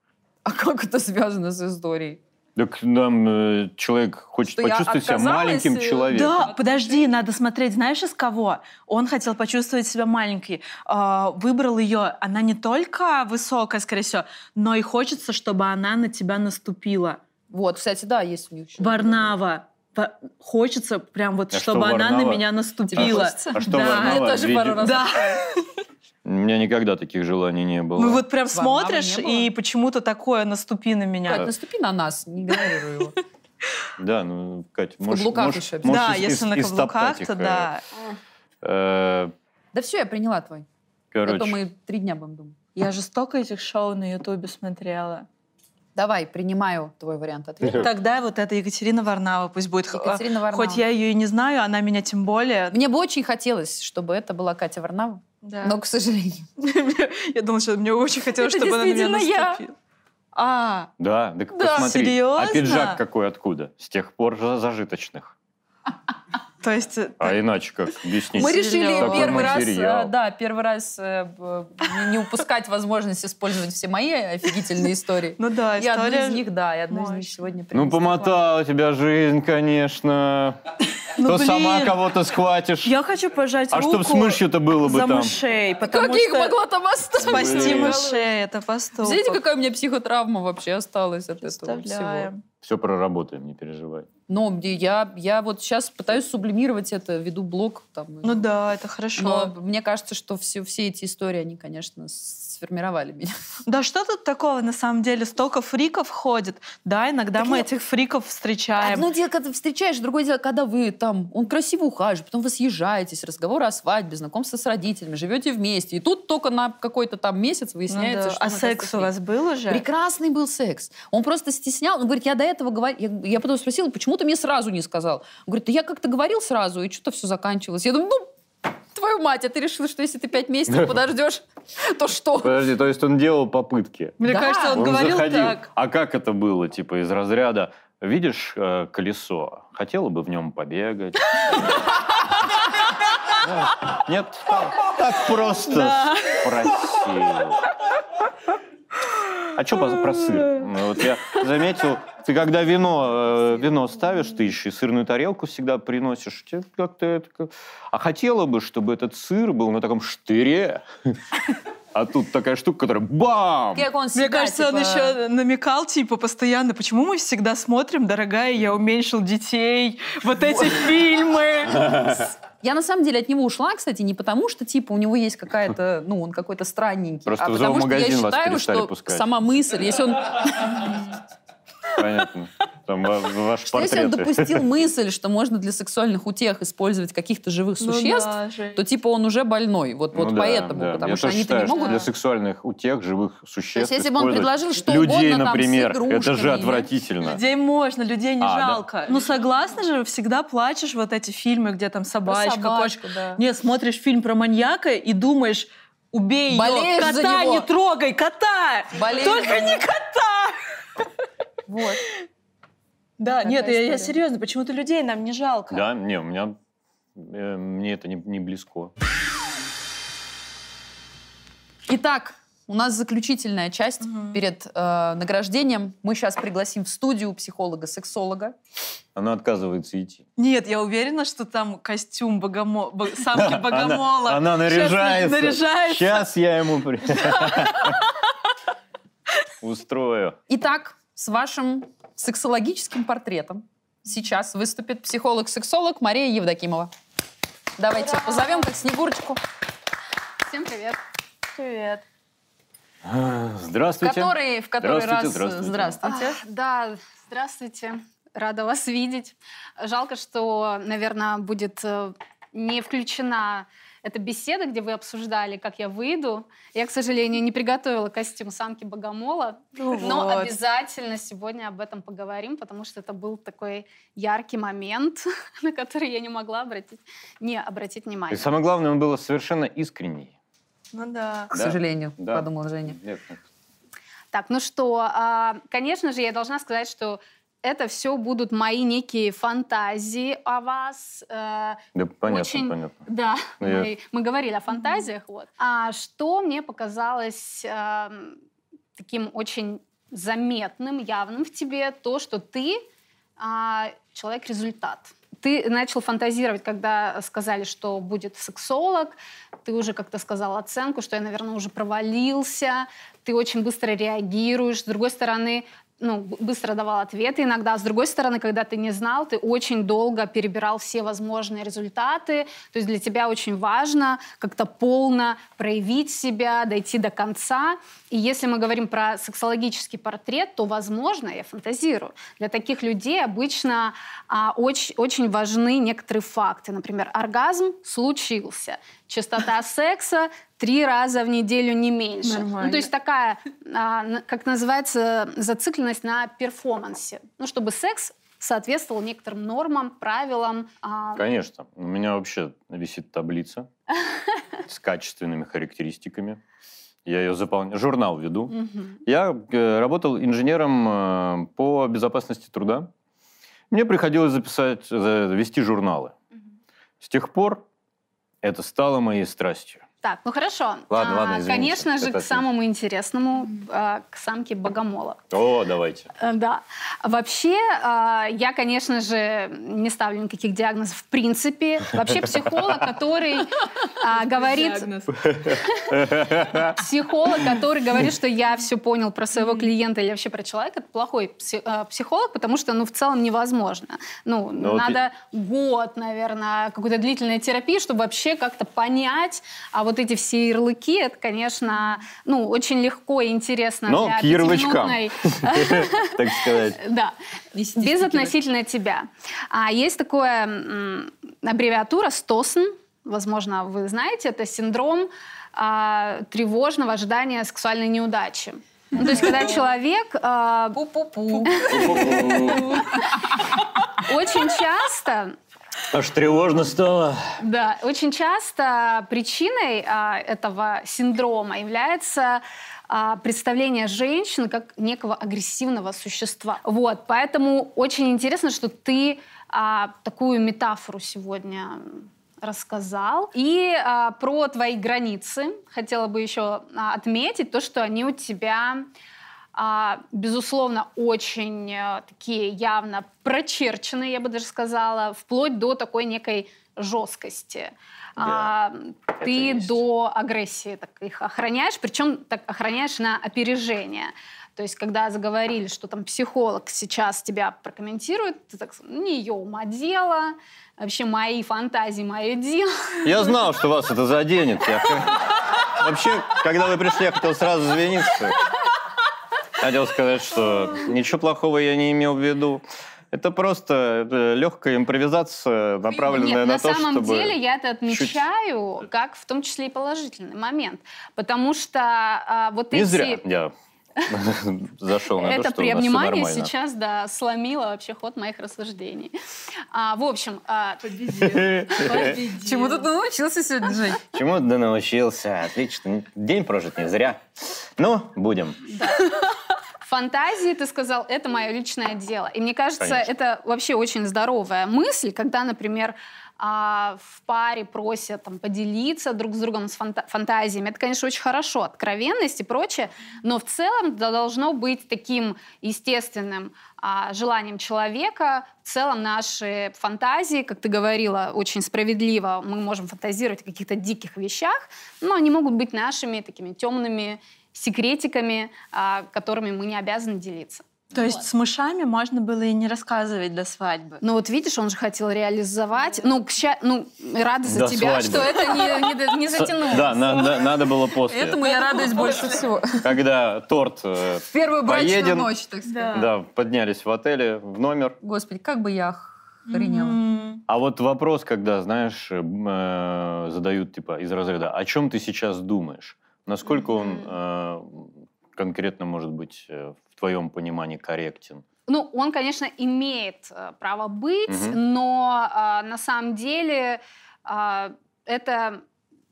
[SPEAKER 1] А как это связано с историей?
[SPEAKER 2] Так нам э, человек хочет
[SPEAKER 1] Что я
[SPEAKER 2] почувствовать себя
[SPEAKER 1] отказалась,
[SPEAKER 2] маленьким
[SPEAKER 1] э,
[SPEAKER 2] человеком.
[SPEAKER 4] Да, подожди, надо смотреть, знаешь, из кого? Он хотел почувствовать себя маленькой. А, выбрал ее. Она не только высокая, скорее всего, но и хочется, чтобы она на тебя наступила.
[SPEAKER 1] Вот, кстати, да, есть у них еще.
[SPEAKER 4] Варнава. Во- Хочется прям вот,
[SPEAKER 2] А что,
[SPEAKER 4] чтобы она на
[SPEAKER 2] Варнава?
[SPEAKER 4] меня наступила.
[SPEAKER 1] хочется?
[SPEAKER 2] А что,
[SPEAKER 4] да.
[SPEAKER 2] Варнава
[SPEAKER 1] Мне тоже
[SPEAKER 2] видит?
[SPEAKER 1] пару раз.
[SPEAKER 4] Да,
[SPEAKER 2] У меня никогда таких желаний не было.
[SPEAKER 4] ну вот прям
[SPEAKER 1] Варнавы не
[SPEAKER 4] смотришь
[SPEAKER 1] было?
[SPEAKER 4] и почему-то такое наступи на
[SPEAKER 1] Кать,
[SPEAKER 4] меня.
[SPEAKER 1] наступи на нас, не игнорируй
[SPEAKER 4] *laughs*
[SPEAKER 1] его.
[SPEAKER 2] Да, ну, Кать,
[SPEAKER 1] В
[SPEAKER 2] можешь,
[SPEAKER 1] каблуках
[SPEAKER 2] можешь-
[SPEAKER 1] еще
[SPEAKER 2] можешь
[SPEAKER 4] да,
[SPEAKER 2] ис-
[SPEAKER 4] если
[SPEAKER 2] ис-
[SPEAKER 4] на
[SPEAKER 2] истоптать
[SPEAKER 4] каблуках,
[SPEAKER 2] их,
[SPEAKER 4] то
[SPEAKER 2] э,
[SPEAKER 4] да.
[SPEAKER 2] э,
[SPEAKER 1] Да все, я приняла твой. А то
[SPEAKER 2] короче,
[SPEAKER 1] мы три дня будем думать.
[SPEAKER 4] Я же столько этих шоу на Ютубе смотрела.
[SPEAKER 1] Давай, принимаю твой вариант
[SPEAKER 2] *laughs*
[SPEAKER 1] ответа.
[SPEAKER 4] Тогда вот эта Екатерина Варнава пусть будет. х- а,
[SPEAKER 1] Екатерина Варнава.
[SPEAKER 4] Хоть я ее и не знаю, она меня тем более.
[SPEAKER 1] Мне бы очень хотелось, чтобы это была Катя Варнава,
[SPEAKER 4] Да.
[SPEAKER 1] но, к сожалению.
[SPEAKER 4] *laughs* Я думала, что мне очень хотелось,
[SPEAKER 1] Это
[SPEAKER 4] чтобы она на меня
[SPEAKER 1] действительно я.
[SPEAKER 4] наступила. А,
[SPEAKER 2] да, так
[SPEAKER 4] Да,
[SPEAKER 2] посмотри.
[SPEAKER 4] серьезно?
[SPEAKER 2] А пиджак какой откуда? С тех пор за- зажиточных.
[SPEAKER 4] то есть... э,
[SPEAKER 2] А иначе как объяснить?
[SPEAKER 1] Мы
[SPEAKER 4] Материал.
[SPEAKER 1] решили
[SPEAKER 4] Такой
[SPEAKER 1] первый раз,
[SPEAKER 2] материал.
[SPEAKER 1] э, да, первый раз э, б- не- не упускать возможность использовать все мои офигительные истории.
[SPEAKER 4] Ну да,
[SPEAKER 1] И одну из
[SPEAKER 4] история...
[SPEAKER 1] них, да, и одну из них
[SPEAKER 4] мощная.
[SPEAKER 1] сегодня
[SPEAKER 2] Ну,
[SPEAKER 1] принесла.
[SPEAKER 2] помотала тебя жизнь, конечно.
[SPEAKER 4] Ну,
[SPEAKER 2] То сама
[SPEAKER 4] блин,
[SPEAKER 2] кого-то схватишь.
[SPEAKER 4] Я хочу пожать
[SPEAKER 2] А чтоб с
[SPEAKER 4] руку
[SPEAKER 2] мышью-то было бы
[SPEAKER 4] за
[SPEAKER 2] там.
[SPEAKER 4] мышей,
[SPEAKER 1] Как
[SPEAKER 4] потому
[SPEAKER 1] я их
[SPEAKER 4] что
[SPEAKER 1] А могла там оставить?
[SPEAKER 4] спасти
[SPEAKER 2] Блин.
[SPEAKER 4] мышей, это поступок.
[SPEAKER 1] Знаете, какая у меня психотравма вообще осталась от этого всего?
[SPEAKER 4] Представляем.
[SPEAKER 2] Все проработаем, не переживай.
[SPEAKER 1] Но где я, я вот сейчас пытаюсь сублимировать это, веду блог. Там,
[SPEAKER 3] Ну да, это хорошо.
[SPEAKER 1] но мне кажется, что все, все эти истории, они, конечно, сформировали меня.
[SPEAKER 3] Да что тут такого, на самом деле, столько фриков ходит. Да, иногда
[SPEAKER 1] Так
[SPEAKER 3] мы
[SPEAKER 1] я-
[SPEAKER 3] этих фриков встречаем.
[SPEAKER 4] Ну
[SPEAKER 1] Одно дело, когда ты встречаешь, другое дело, когда вы там, он красиво ухаживает, потом вы съезжаетесь, разговоры о свадьбе, знакомство с родителями, живете вместе. И тут только на какой-то там месяц
[SPEAKER 3] Ну
[SPEAKER 1] выясняется,
[SPEAKER 3] да.
[SPEAKER 1] что...
[SPEAKER 3] А
[SPEAKER 1] мы,
[SPEAKER 3] секс
[SPEAKER 1] оказывается,
[SPEAKER 3] у вас был уже?
[SPEAKER 1] Прекрасный был секс. Он просто стеснял. Он говорит, я до этого говорил. Я, я потом спросила, почему ты мне сразу не сказал? Он говорит, да я как-то говорил сразу, и что-то все заканчивалось. Я думаю, ну, твою мать, а ты решила, что если ты пять
[SPEAKER 3] *laughs*
[SPEAKER 1] месяцев подождешь, то что?
[SPEAKER 2] Подожди, то есть он делал попытки?
[SPEAKER 3] Мне
[SPEAKER 1] Да.
[SPEAKER 3] кажется, он,
[SPEAKER 2] Он
[SPEAKER 3] говорил
[SPEAKER 2] заходил.
[SPEAKER 3] так.
[SPEAKER 2] А как это было, типа, из разряда «Видишь э, колесо? Хотела бы в нем побегать?» Да. Нет? Так просто спросил. А что про сыр? Ну, Вот я заметил, ты когда вино, э, вино ставишь, ты еще и сырную тарелку всегда приносишь. Тебе как-то это... как- А хотела бы, чтобы этот сыр был на таком штыре. А тут такая штука, которая бам!
[SPEAKER 1] Как он
[SPEAKER 3] Мне
[SPEAKER 1] всегда,
[SPEAKER 3] кажется, он
[SPEAKER 1] типа,
[SPEAKER 3] еще намекал, типа, постоянно, почему мы всегда смотрим, дорогая, я уменьшил детей, вот эти фильмы.
[SPEAKER 2] *laughs*
[SPEAKER 1] Я на самом деле от него ушла, кстати, не потому, что типа у него есть
[SPEAKER 2] *laughs*
[SPEAKER 1] какая-то, ну, он какой-то странненький,
[SPEAKER 2] Просто
[SPEAKER 1] а
[SPEAKER 2] в
[SPEAKER 1] потому что я
[SPEAKER 2] зоомагазин вас
[SPEAKER 1] считаю,
[SPEAKER 2] перестали
[SPEAKER 1] что
[SPEAKER 2] пускать.
[SPEAKER 1] сама мысль, если он,
[SPEAKER 2] Понятно. Там ва- ваши
[SPEAKER 1] что если он
[SPEAKER 2] портреты.
[SPEAKER 1] допустил мысль, что можно для сексуальных утех использовать каких-то живых
[SPEAKER 4] Ну
[SPEAKER 3] Ну
[SPEAKER 1] существ, то типа он уже больной. Вот, вот
[SPEAKER 2] *laughs* Ну да,
[SPEAKER 1] поэтому,
[SPEAKER 2] да.
[SPEAKER 1] потому
[SPEAKER 2] Я
[SPEAKER 1] что
[SPEAKER 2] тоже
[SPEAKER 1] они-то не
[SPEAKER 2] считаю, что
[SPEAKER 1] могут.
[SPEAKER 2] Для сексуальных утех, живых существ.
[SPEAKER 1] То есть, если бы он
[SPEAKER 2] использовать
[SPEAKER 1] предложил что
[SPEAKER 2] Людей,
[SPEAKER 1] угодно, там, с
[SPEAKER 2] например, это
[SPEAKER 1] игрушками,
[SPEAKER 2] же
[SPEAKER 1] я-
[SPEAKER 2] отвратительно.
[SPEAKER 4] Людей можно, людей не
[SPEAKER 2] А, да.
[SPEAKER 4] жалко.
[SPEAKER 3] Ну, согласна же, всегда плачешь вот эти фильмы, где там
[SPEAKER 4] Про
[SPEAKER 3] собачка, кошка.
[SPEAKER 4] собачку, да.
[SPEAKER 3] Нет, смотришь фильм про маньяка и думаешь, убей ее,
[SPEAKER 1] Болеешь
[SPEAKER 3] кота
[SPEAKER 1] за него.
[SPEAKER 3] не трогай, кота!
[SPEAKER 1] Болеешь за
[SPEAKER 3] Только не
[SPEAKER 1] него.
[SPEAKER 3] кота!
[SPEAKER 1] Вот.
[SPEAKER 4] Да,
[SPEAKER 3] Такая
[SPEAKER 4] нет, я, я
[SPEAKER 3] история.
[SPEAKER 4] серьезно, почему-то людей нам не жалко.
[SPEAKER 2] Да, не, у меня... э, Мне это не, не близко.
[SPEAKER 1] Итак, у нас заключительная часть перед э, награждением. Мы сейчас пригласим в студию психолога-сексолога.
[SPEAKER 2] Она отказывается идти.
[SPEAKER 3] Нет, я уверена, что там костюм богомо... бо- самки богомола.
[SPEAKER 2] *laughs* Она, она
[SPEAKER 3] Щас
[SPEAKER 2] наряжается.
[SPEAKER 3] наряжается.
[SPEAKER 2] Сейчас я ему... при- *laughs* Устрою.
[SPEAKER 1] Итак, с вашим сексологическим портретом сейчас выступит психолог-сексолог Мария Евдокимова. Давайте позовем как Снегурочку. Всем привет.
[SPEAKER 4] Привет.
[SPEAKER 2] Здравствуйте.
[SPEAKER 1] Который, в который
[SPEAKER 2] Здравствуйте,
[SPEAKER 1] раз...
[SPEAKER 2] здравствуйте.
[SPEAKER 1] здравствуйте.
[SPEAKER 5] Ах, Да, здравствуйте. Рада вас видеть. Жалко, что, наверное, будет э, не включена эта беседа, где вы обсуждали, как я выйду. Я, к сожалению, не приготовила костюм самки Богомола,
[SPEAKER 3] Ну
[SPEAKER 5] но
[SPEAKER 3] вот.
[SPEAKER 5] обязательно сегодня об этом поговорим, потому что это был такой яркий момент, *laughs* на который я не могла обратить, не обратить
[SPEAKER 2] И
[SPEAKER 5] внимания.
[SPEAKER 2] самое главное, он был совершенно искренний.
[SPEAKER 3] Ну да.
[SPEAKER 1] К
[SPEAKER 2] Да.
[SPEAKER 1] сожалению,
[SPEAKER 2] Да.
[SPEAKER 1] подумал Женя.
[SPEAKER 2] Нет, нет.
[SPEAKER 5] Так, ну что, а, конечно же, я должна сказать, что это все будут мои некие фантазии о вас. э,
[SPEAKER 2] Да, понятно,
[SPEAKER 5] Очень-
[SPEAKER 2] понятно.
[SPEAKER 5] Да,
[SPEAKER 2] Ну, я-
[SPEAKER 5] мы, мы говорили о фантазиях. Вот. А что мне показалось эм, таким очень заметным, явным в тебе, то, что ты а, человек-результат. Ты начал фантазировать, когда сказали, что будет сексолог, ты уже как-то сказал оценку, что я, наверное, уже провалился, ты очень быстро реагируешь, с другой стороны, ну, б- быстро давал ответы иногда, с другой стороны, когда ты не знал, ты очень долго перебирал все возможные результаты, то есть для тебя очень важно как-то полно проявить себя, дойти до конца. И если мы говорим про сексологический портрет, то, возможно, я фантазирую. Для таких людей обычно а, очень, очень важны некоторые факты. Например, оргазм случился, частота секса три раза в неделю не меньше. Ну,
[SPEAKER 3] Нормально.
[SPEAKER 5] то есть такая, а, на- как называется, зацикленность на перформансе. Ну, чтобы секс соответствовал некоторым нормам, правилам. а,
[SPEAKER 2] Конечно. У меня вообще висит
[SPEAKER 5] *laughs*
[SPEAKER 2] таблица с качественными характеристиками. Я ее заполняю. Журнал веду.
[SPEAKER 5] мгм.
[SPEAKER 2] Я э, работал инженером э, по безопасности труда. Мне приходилось записать, за- вести журналы. С тех пор это стало моей страстью.
[SPEAKER 5] Так, ну хорошо.
[SPEAKER 2] Ладно,
[SPEAKER 5] А,
[SPEAKER 2] ладно, извините.
[SPEAKER 5] Конечно же,
[SPEAKER 2] Это
[SPEAKER 5] к самому интересному, а, к самке богомола.
[SPEAKER 2] О, давайте.
[SPEAKER 5] *laughs* Э, Да. Вообще, а, я, конечно же, не ставлю никаких диагнозов в принципе. Вообще психолог, который а,
[SPEAKER 2] *laughs*
[SPEAKER 5] говорит...
[SPEAKER 4] Диагноз.
[SPEAKER 5] Психолог, который говорит, что я все понял про своего клиента или вообще про человека, это плохой пси- э, психолог, потому что, ну, в целом невозможно. Ну,
[SPEAKER 2] Ну, вот
[SPEAKER 5] надо год, наверное, какой-то длительной терапии, чтобы вообще как-то понять. А вот эти все ярлыки, это, конечно, ну, очень легко и интересно.
[SPEAKER 2] Но
[SPEAKER 5] для
[SPEAKER 2] Ну, к ярлычкам.
[SPEAKER 5] пятиминутной
[SPEAKER 2] *laughs* Так сказать.
[SPEAKER 5] да.
[SPEAKER 4] Несите
[SPEAKER 5] Без
[SPEAKER 4] стикеры.
[SPEAKER 5] относительно тебя. А есть такая м, аббревиатура СТОСН, возможно, вы знаете, это синдром а, тревожного ожидания сексуальной неудачи. Ну, то есть, когда человек а,
[SPEAKER 4] Пу-пу-пу.
[SPEAKER 5] очень часто
[SPEAKER 2] Аж тревожно стало.
[SPEAKER 5] Да, очень часто причиной а, этого синдрома является а, представление женщины как некого агрессивного существа. Вот, поэтому очень интересно, что ты а, такую метафору сегодня рассказал. И а, про твои границы хотела бы еще а, отметить то, что они у тебя а, безусловно, очень э, такие явно прочерченные, я бы даже сказала, вплоть до такой некой жесткости.
[SPEAKER 2] Да,
[SPEAKER 5] А,
[SPEAKER 2] это
[SPEAKER 5] ты
[SPEAKER 2] есть.
[SPEAKER 5] до агрессии так их охраняешь, причем так охраняешь на опережение. То есть, когда заговорили, что там психолог сейчас тебя прокомментирует, ты так, не ее ума дело, вообще мои фантазии, мое дело.
[SPEAKER 2] Я знал, что вас это заденет. Я х- Вообще, когда вы пришли, я хотел сразу извиниться. Хотел сказать, что ничего плохого я не имел в виду. Это просто э, легкая импровизация, направленная
[SPEAKER 5] Нет,
[SPEAKER 2] на,
[SPEAKER 5] на,
[SPEAKER 2] то,
[SPEAKER 5] самом
[SPEAKER 2] чтобы...
[SPEAKER 5] деле я это
[SPEAKER 2] чуть-
[SPEAKER 5] отмечаю как в том числе и положительный момент, потому что а, вот
[SPEAKER 2] Не
[SPEAKER 5] эти
[SPEAKER 2] зря
[SPEAKER 5] *laughs*
[SPEAKER 2] я зашел на то,
[SPEAKER 5] это
[SPEAKER 2] что
[SPEAKER 5] при
[SPEAKER 2] у нас всё
[SPEAKER 5] обнимании
[SPEAKER 2] нормально.
[SPEAKER 5] сейчас да сломило вообще ход моих рассуждений. А, в общем, а,
[SPEAKER 1] Чему тут научился сегодня, Жень?
[SPEAKER 2] *laughs* Чему ты научился? Отлично. День прожит не зря. Ну, будем.
[SPEAKER 5] фантазии ты сказал, это мое личное дело, и мне кажется,
[SPEAKER 2] Конечно.
[SPEAKER 5] это вообще очень здоровая мысль, когда, например а, в паре просят там, поделиться друг с другом с фанта- фантазиями. Это, конечно, очень хорошо, откровенность и прочее, но в целом да- должно быть таким естественным а, желанием человека. В целом наши фантазии, как ты говорила, очень справедливо, мы можем фантазировать о каких-то диких вещах, но Ну, они могут быть нашими такими темными секретиками, а, которыми мы не обязаны делиться.
[SPEAKER 4] То есть с мышами можно было и не рассказывать до свадьбы.
[SPEAKER 5] Ну вот видишь, он же хотел реализовать. Ну, к ща- ну рада за
[SPEAKER 2] До
[SPEAKER 5] тебя,
[SPEAKER 2] свадьбы.
[SPEAKER 5] что это не, не до- не затянулось.
[SPEAKER 2] Да, на- на- надо было после.
[SPEAKER 1] Этому я радуюсь больше всего.
[SPEAKER 2] Когда торт, э,
[SPEAKER 1] В первую брачную
[SPEAKER 2] Поедем.
[SPEAKER 1] ночь, так сказать.
[SPEAKER 2] да, поднялись в отеле, в номер.
[SPEAKER 1] Господи, как бы я охренела.
[SPEAKER 4] М.
[SPEAKER 2] А вот вопрос, когда, знаешь, э, м, э, задают типа из разряда, о чем ты сейчас думаешь? Насколько он
[SPEAKER 5] Мгм.
[SPEAKER 2] э, конкретно может быть э, в твоем понимании корректен?
[SPEAKER 5] Ну, он, конечно, имеет э, право быть,
[SPEAKER 2] Мгм.
[SPEAKER 5] но а, на самом деле а, это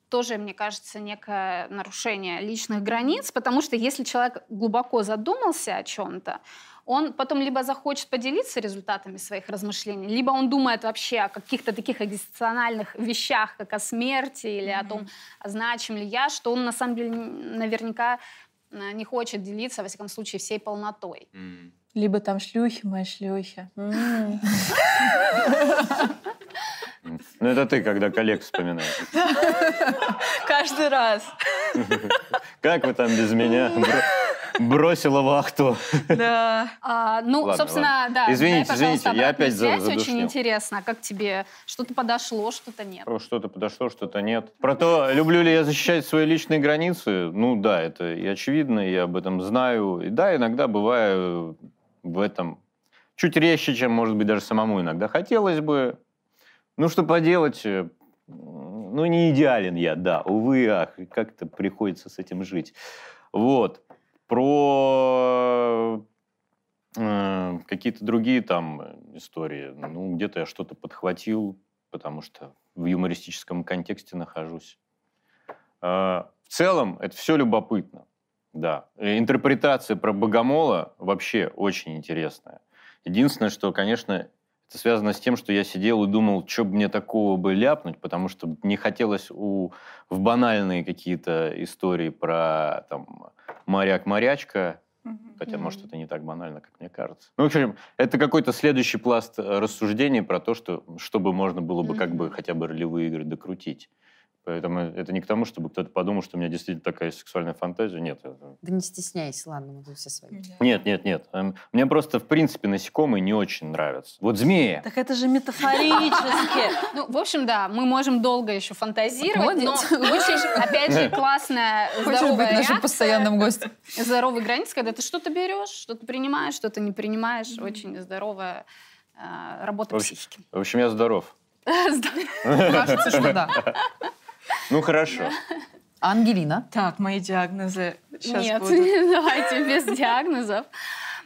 [SPEAKER 5] тоже, мне кажется, некое нарушение личных границ, потому что если человек глубоко задумался о чем-то, он потом либо захочет поделиться результатами своих размышлений, либо он думает вообще о каких-то таких экзистенциальных вещах, как о смерти или о том, а значим ли я, что он на самом деле н- наверняка э, не хочет делиться, во всяком случае, всей полнотой.
[SPEAKER 4] Либо там шлюхи, мои шлюхи. М. *laughs*
[SPEAKER 2] Ну это ты, когда коллег вспоминаешь. *laughs*
[SPEAKER 4] Каждый раз.
[SPEAKER 2] Как вы там без меня? Бро- Бросила вахту.
[SPEAKER 4] Да.
[SPEAKER 5] А, ну,
[SPEAKER 2] Ладно,
[SPEAKER 5] собственно, да.
[SPEAKER 2] Извините,
[SPEAKER 5] дай, пожалуйста,
[SPEAKER 2] извините, я
[SPEAKER 5] обратную
[SPEAKER 2] опять за-
[SPEAKER 5] связь.
[SPEAKER 2] задушнил.
[SPEAKER 5] Очень интересно, как тебе что-то подошло, что-то нет.
[SPEAKER 2] Про Что-то подошло, что-то нет. Про то, люблю ли я защищать свои личные границы, ну да, это и очевидно, и я об этом знаю. И да, иногда бываю в этом чуть резче, чем, может быть, даже самому иногда хотелось бы. Ну что поделать, э, ну не идеален я, да, увы, и ах, и как-то приходится с этим жить. Вот. Про э, какие-то другие там истории. Ну, где-то я что-то подхватил, потому что в юмористическом контексте нахожусь. Э, В целом, это все любопытно. Да. Э, Интерпретация про богомола вообще очень интересная. Единственное, что, конечно, это связано с тем, что я сидел и думал, что бы мне такого бы ляпнуть, потому что не хотелось у, в банальные какие-то истории про там, моряк-морячка, хотя, может, это не так банально, как мне кажется. Ну, в общем, это какой-то следующий пласт э, рассуждений про то, что, чтобы можно было бы как бы хотя бы ролевые игры докрутить. Поэтому это не к тому, чтобы кто-то подумал, что у меня действительно такая сексуальная фантазия. Нет, это-
[SPEAKER 1] Да не стесняйся, ладно, мы тут все свои.
[SPEAKER 2] нет, нет, нет. Эм, Мне просто, в принципе, насекомые не очень нравятся. Вот змеи.
[SPEAKER 4] Так это же метафорически.
[SPEAKER 5] Ну, в общем, да, мы можем долго еще фантазировать, но
[SPEAKER 1] Молодец.
[SPEAKER 5] *laughs* очень,
[SPEAKER 2] *laughs*
[SPEAKER 5] опять же, классная,
[SPEAKER 1] Хочешь
[SPEAKER 5] здоровая
[SPEAKER 1] быть нашим
[SPEAKER 5] реакция,
[SPEAKER 1] постоянным гостем?
[SPEAKER 5] здоровый границ, когда ты что-то берешь, что-то принимаешь, что-то не принимаешь, очень здоровая э, работа
[SPEAKER 2] Вообще-
[SPEAKER 5] психики. *laughs*
[SPEAKER 2] В общем, я здоров.
[SPEAKER 1] Кажется, что
[SPEAKER 2] *laughs*
[SPEAKER 1] да.
[SPEAKER 2] Ну, хорошо.
[SPEAKER 1] А Ангелина?
[SPEAKER 4] Так, мои диагнозы сейчас
[SPEAKER 5] Нет,
[SPEAKER 4] будут.
[SPEAKER 5] *laughs* давайте без диагнозов.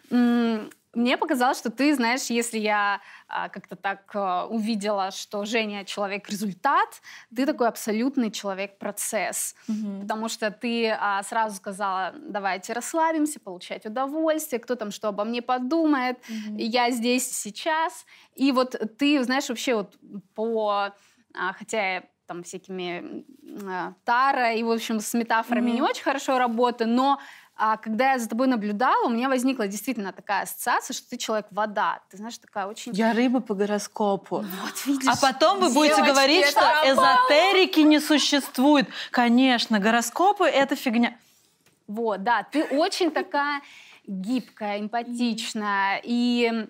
[SPEAKER 5] М, Мне показалось, что ты, знаешь, если я а, как-то так а, увидела, что Женя человек-результат, ты такой абсолютный человек-процесс.
[SPEAKER 4] Мгм.
[SPEAKER 5] Потому что ты а, сразу сказала, давайте расслабимся, получать удовольствие, кто там что обо мне подумает, я здесь и сейчас. И вот ты, знаешь, вообще вот по... а, хотя я там всякими м, а, Тара и, в общем, с метафорами
[SPEAKER 4] Мгм.
[SPEAKER 5] не очень хорошо работаю, но а, когда я за тобой наблюдала, у меня возникла действительно такая ассоциация, что ты человек-вода. Ты знаешь, такая очень...
[SPEAKER 4] Я рыба по гороскопу.
[SPEAKER 5] Вот видишь.
[SPEAKER 4] А потом вы будете
[SPEAKER 5] Девочки,
[SPEAKER 4] говорить,
[SPEAKER 5] это
[SPEAKER 4] что эзотерики не существует. Конечно, гороскопы — это фигня.
[SPEAKER 5] Вот, да, ты очень такая гибкая, эмпатичная. И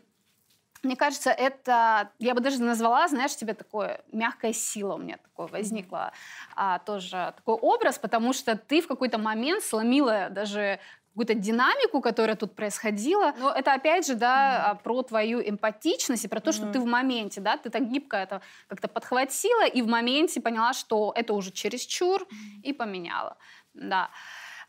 [SPEAKER 5] мне кажется, это, я бы даже назвала, знаешь, тебе такое мягкая сила у меня такое возникла. а, тоже такой образ, потому что ты в какой-то момент сломила даже какую-то динамику, которая тут происходила. Но это опять же, да, а, про твою эмпатичность и про то, что
[SPEAKER 4] Мгм.
[SPEAKER 5] ты в моменте, да, ты так гибко это как-то подхватила и в моменте поняла, что это уже чересчур и поменяла. Да.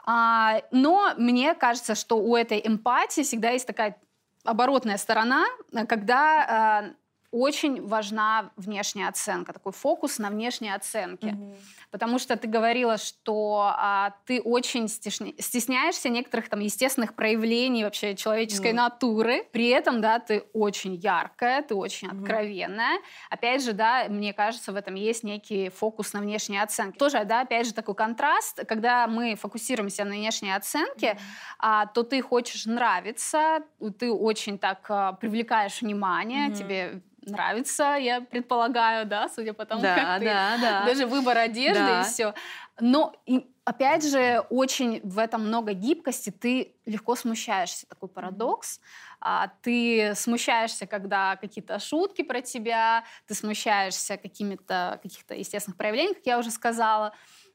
[SPEAKER 5] А, но мне кажется, что у этой эмпатии всегда есть такая оборотная сторона, а, когда а, очень важна внешняя оценка, такой фокус на внешней оценке. Потому что ты говорила, что а, ты очень стешня- стесняешься некоторых там естественных проявлений вообще человеческой
[SPEAKER 4] Ну.
[SPEAKER 5] натуры. При этом, да, ты очень яркая, ты очень
[SPEAKER 4] Мгм.
[SPEAKER 5] откровенная. Опять же, да, мне кажется, в этом есть некий фокус на внешней оценке. Тоже, да, опять же, такой контраст, когда мы фокусируемся на внешней оценке, а, то ты хочешь нравиться, ты очень так а, привлекаешь внимание,
[SPEAKER 4] Мгм.
[SPEAKER 5] тебе нравится, я предполагаю, да, судя по тому,
[SPEAKER 4] Да,
[SPEAKER 5] как ты
[SPEAKER 4] да, да.
[SPEAKER 5] даже выбор одежды
[SPEAKER 4] Да.
[SPEAKER 5] и все. Но и, опять же, очень в этом много гибкости, ты легко смущаешься, такой парадокс. А, ты смущаешься, когда какие-то шутки про тебя, ты смущаешься какими-то каких-то естественных проявлений, как я уже сказала.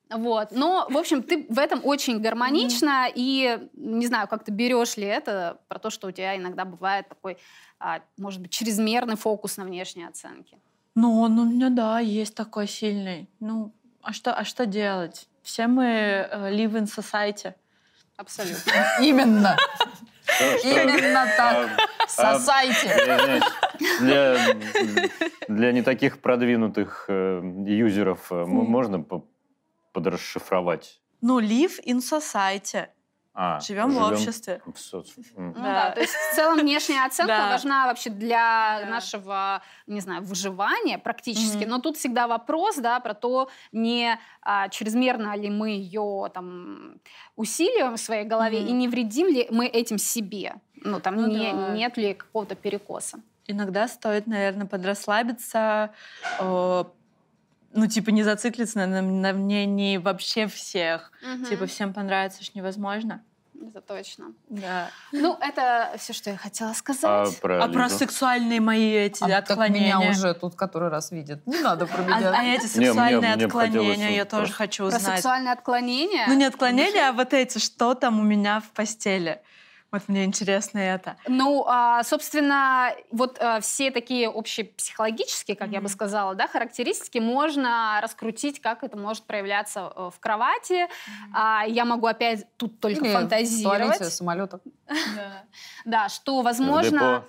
[SPEAKER 5] Вот. Но, в общем, ты в этом очень гармонично, и не знаю, как ты берешь ли это, про то, что у тебя иногда бывает такой, а, может быть, чрезмерный фокус на внешней оценке.
[SPEAKER 4] Ну, он у меня, да, есть такой сильный. Ну, а что, а что делать? Все мы э, live in society.
[SPEAKER 5] Абсолютно.
[SPEAKER 1] Именно.
[SPEAKER 2] Что- что-
[SPEAKER 1] Именно так.
[SPEAKER 2] А,
[SPEAKER 1] Сосайте.
[SPEAKER 2] Я, знаешь, Для, для не таких продвинутых э, юзеров э, м- можно по- подрасшифровать.
[SPEAKER 4] Ну, live in society.
[SPEAKER 2] А,
[SPEAKER 4] Живем в обществе.
[SPEAKER 2] в соц- м. А,
[SPEAKER 5] Ну
[SPEAKER 4] Да.
[SPEAKER 5] да, то есть в
[SPEAKER 4] *laughs*
[SPEAKER 5] целом внешняя оценка
[SPEAKER 4] Да.
[SPEAKER 5] важна вообще для
[SPEAKER 4] Да.
[SPEAKER 5] нашего, не знаю, выживания практически.
[SPEAKER 4] Мгм.
[SPEAKER 5] Но тут всегда вопрос, да, про то, не а, чрезмерно ли мы ее там усиливаем в своей голове
[SPEAKER 4] Мгм.
[SPEAKER 5] и не вредим ли мы этим себе. Ну там
[SPEAKER 4] Ну
[SPEAKER 5] не-
[SPEAKER 4] да.
[SPEAKER 5] нет ли какого-то перекоса.
[SPEAKER 4] Иногда стоит, наверное, подрасслабиться, э, ну, типа, не зациклиться на, на- на мнении вообще всех. Типа, всем понравится ж невозможно.
[SPEAKER 5] Это точно.
[SPEAKER 4] Да.
[SPEAKER 5] Ну, это все, что я хотела
[SPEAKER 2] А
[SPEAKER 5] сказать.
[SPEAKER 2] про
[SPEAKER 4] А про
[SPEAKER 2] Лизу?
[SPEAKER 4] сексуальные мои эти
[SPEAKER 1] А так
[SPEAKER 4] отклонения.
[SPEAKER 1] меня уже тут который раз видит. Не надо про
[SPEAKER 4] А, а
[SPEAKER 1] меня.
[SPEAKER 4] эти
[SPEAKER 2] Не, мне-
[SPEAKER 4] сексуальные
[SPEAKER 2] мне бы хотелось
[SPEAKER 4] отклонения я
[SPEAKER 2] вот
[SPEAKER 4] тоже
[SPEAKER 2] просто-
[SPEAKER 4] хочу
[SPEAKER 5] Про
[SPEAKER 4] узнать.
[SPEAKER 5] сексуальное отклонение.
[SPEAKER 4] Ну, не отклонения, а вот эти, что там у меня в постели. Вот мне интересно это.
[SPEAKER 5] Ну, а, собственно, вот а, все такие общепсихологические, как я бы
[SPEAKER 4] Мгм.
[SPEAKER 5] сказала, да, характеристики можно раскрутить, как это может проявляться э, в кровати. А, я могу опять тут только
[SPEAKER 1] Или в туалете
[SPEAKER 5] фантазировать.
[SPEAKER 1] самолета.
[SPEAKER 5] Да, что,
[SPEAKER 2] В
[SPEAKER 5] возможно,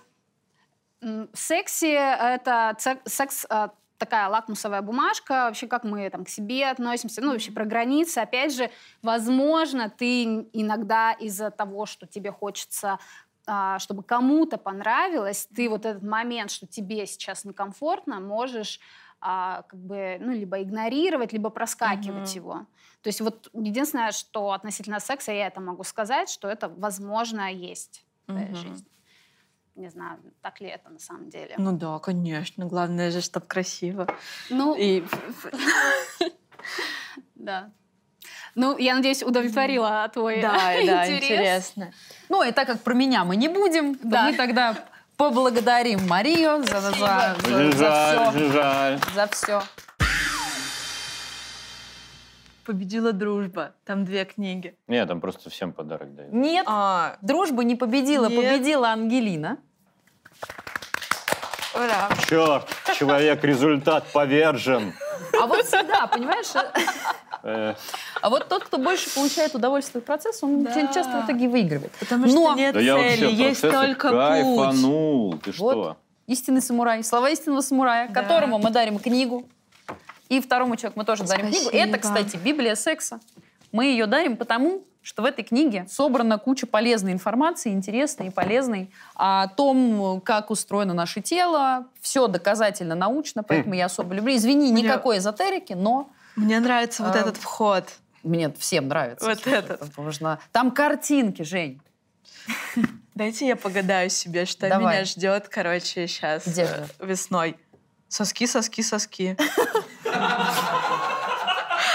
[SPEAKER 2] депо.
[SPEAKER 5] м, в сексе это цек- секс а, такая лакмусовая бумажка, вообще как мы там к себе относимся, ну вообще про границы. Опять же, возможно, ты н- иногда из-за того, что тебе хочется а, а, чтобы кому-то понравилось, ты вот этот момент, что тебе сейчас некомфортно, можешь а, как бы, ну, либо игнорировать, либо проскакивать
[SPEAKER 4] Мгм.
[SPEAKER 5] его. То есть вот единственное, что относительно секса я это могу сказать, что это, возможно, есть в твоей
[SPEAKER 4] Мгм.
[SPEAKER 5] жизни. Не знаю, так ли это на самом деле.
[SPEAKER 4] Ну да, конечно. Главное же, чтобы красиво.
[SPEAKER 5] Ну,
[SPEAKER 4] И
[SPEAKER 5] да. Ну, я надеюсь, удовлетворила твой
[SPEAKER 4] *laughs* да, да,
[SPEAKER 5] *laughs* интерес.
[SPEAKER 4] интересно.
[SPEAKER 1] Ну, и так как про меня мы не будем, то
[SPEAKER 5] Да.
[SPEAKER 1] мы тогда поблагодарим Марию за, за, за,
[SPEAKER 2] Жаль,
[SPEAKER 1] все.
[SPEAKER 2] жаль, жаль.
[SPEAKER 1] За все.
[SPEAKER 4] Победила дружба. Там две книги.
[SPEAKER 2] Не, там просто всем подарок дают.
[SPEAKER 1] Нет,
[SPEAKER 4] А,
[SPEAKER 1] дружба не победила,
[SPEAKER 4] Нет.
[SPEAKER 1] победила Ангелина.
[SPEAKER 4] ура.
[SPEAKER 2] Черт, человек, результат повержен.
[SPEAKER 1] А вот всегда, понимаешь?
[SPEAKER 2] Э,
[SPEAKER 1] А вот тот, кто больше получает удовольствие от процесса, он
[SPEAKER 4] Да.
[SPEAKER 1] ча- часто в итоге выигрывает.
[SPEAKER 4] Потому
[SPEAKER 1] Но-
[SPEAKER 4] что нет
[SPEAKER 2] Да я
[SPEAKER 4] цели,
[SPEAKER 2] вообще
[SPEAKER 4] есть
[SPEAKER 2] процесса
[SPEAKER 4] только путь.
[SPEAKER 2] кайфанул. Ты
[SPEAKER 1] Вот.
[SPEAKER 2] что?
[SPEAKER 1] Истинный самурай, слова истинного самурая,
[SPEAKER 4] Да.
[SPEAKER 1] которому мы дарим книгу. И второму человеку мы тоже дарим книгу.
[SPEAKER 4] Спасибо.
[SPEAKER 1] Это, кстати, Библия секса. Мы ее дарим потому, что в этой книге собрана куча полезной информации, интересной и полезной, о том, как устроено наше тело. Все доказательно, научно, поэтому я особо люблю. Извини,
[SPEAKER 4] Мне-
[SPEAKER 1] никакой эзотерики, но
[SPEAKER 4] Мне нравится вот
[SPEAKER 1] А.
[SPEAKER 4] этот вход.
[SPEAKER 1] мне всем нравится.
[SPEAKER 4] Вот
[SPEAKER 1] слушай,
[SPEAKER 4] этот.
[SPEAKER 1] потому что Там картинки, Жень.
[SPEAKER 4] Дайте я погадаю себе, что
[SPEAKER 1] Давай.
[SPEAKER 4] меня ждет, короче, сейчас
[SPEAKER 1] Где ждёт?
[SPEAKER 4] весной. Соски,
[SPEAKER 1] *laughs*
[SPEAKER 4] соски, соски.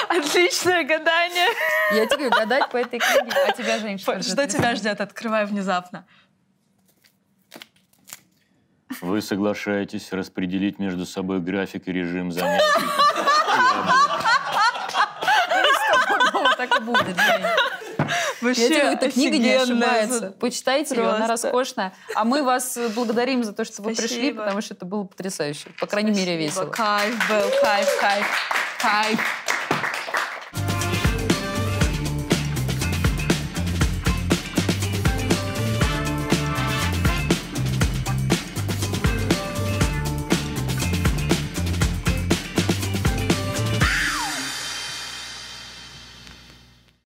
[SPEAKER 4] Отличное гадание.
[SPEAKER 1] Я тебе говорю, гадать по этой книге. А тебя, Жень, что,
[SPEAKER 4] Что тебя ждет? Открывай внезапно.
[SPEAKER 2] Вы соглашаетесь распределить между собой график и режим занятий.
[SPEAKER 1] Стопудово так и будет, Жень. Я
[SPEAKER 4] Вообще
[SPEAKER 1] тебе говорю, эта книга не
[SPEAKER 4] офигенная
[SPEAKER 1] ошибается.
[SPEAKER 4] за-
[SPEAKER 1] Почитайте ее, она
[SPEAKER 4] Просто.
[SPEAKER 1] роскошная. А мы вас э, благодарим за то, что вы пришли,
[SPEAKER 4] Спасибо.
[SPEAKER 1] потому что это было потрясающе. По крайней мере,
[SPEAKER 4] Спасибо.
[SPEAKER 1] весело.
[SPEAKER 4] Кайф был, кайф, кайф, кайф.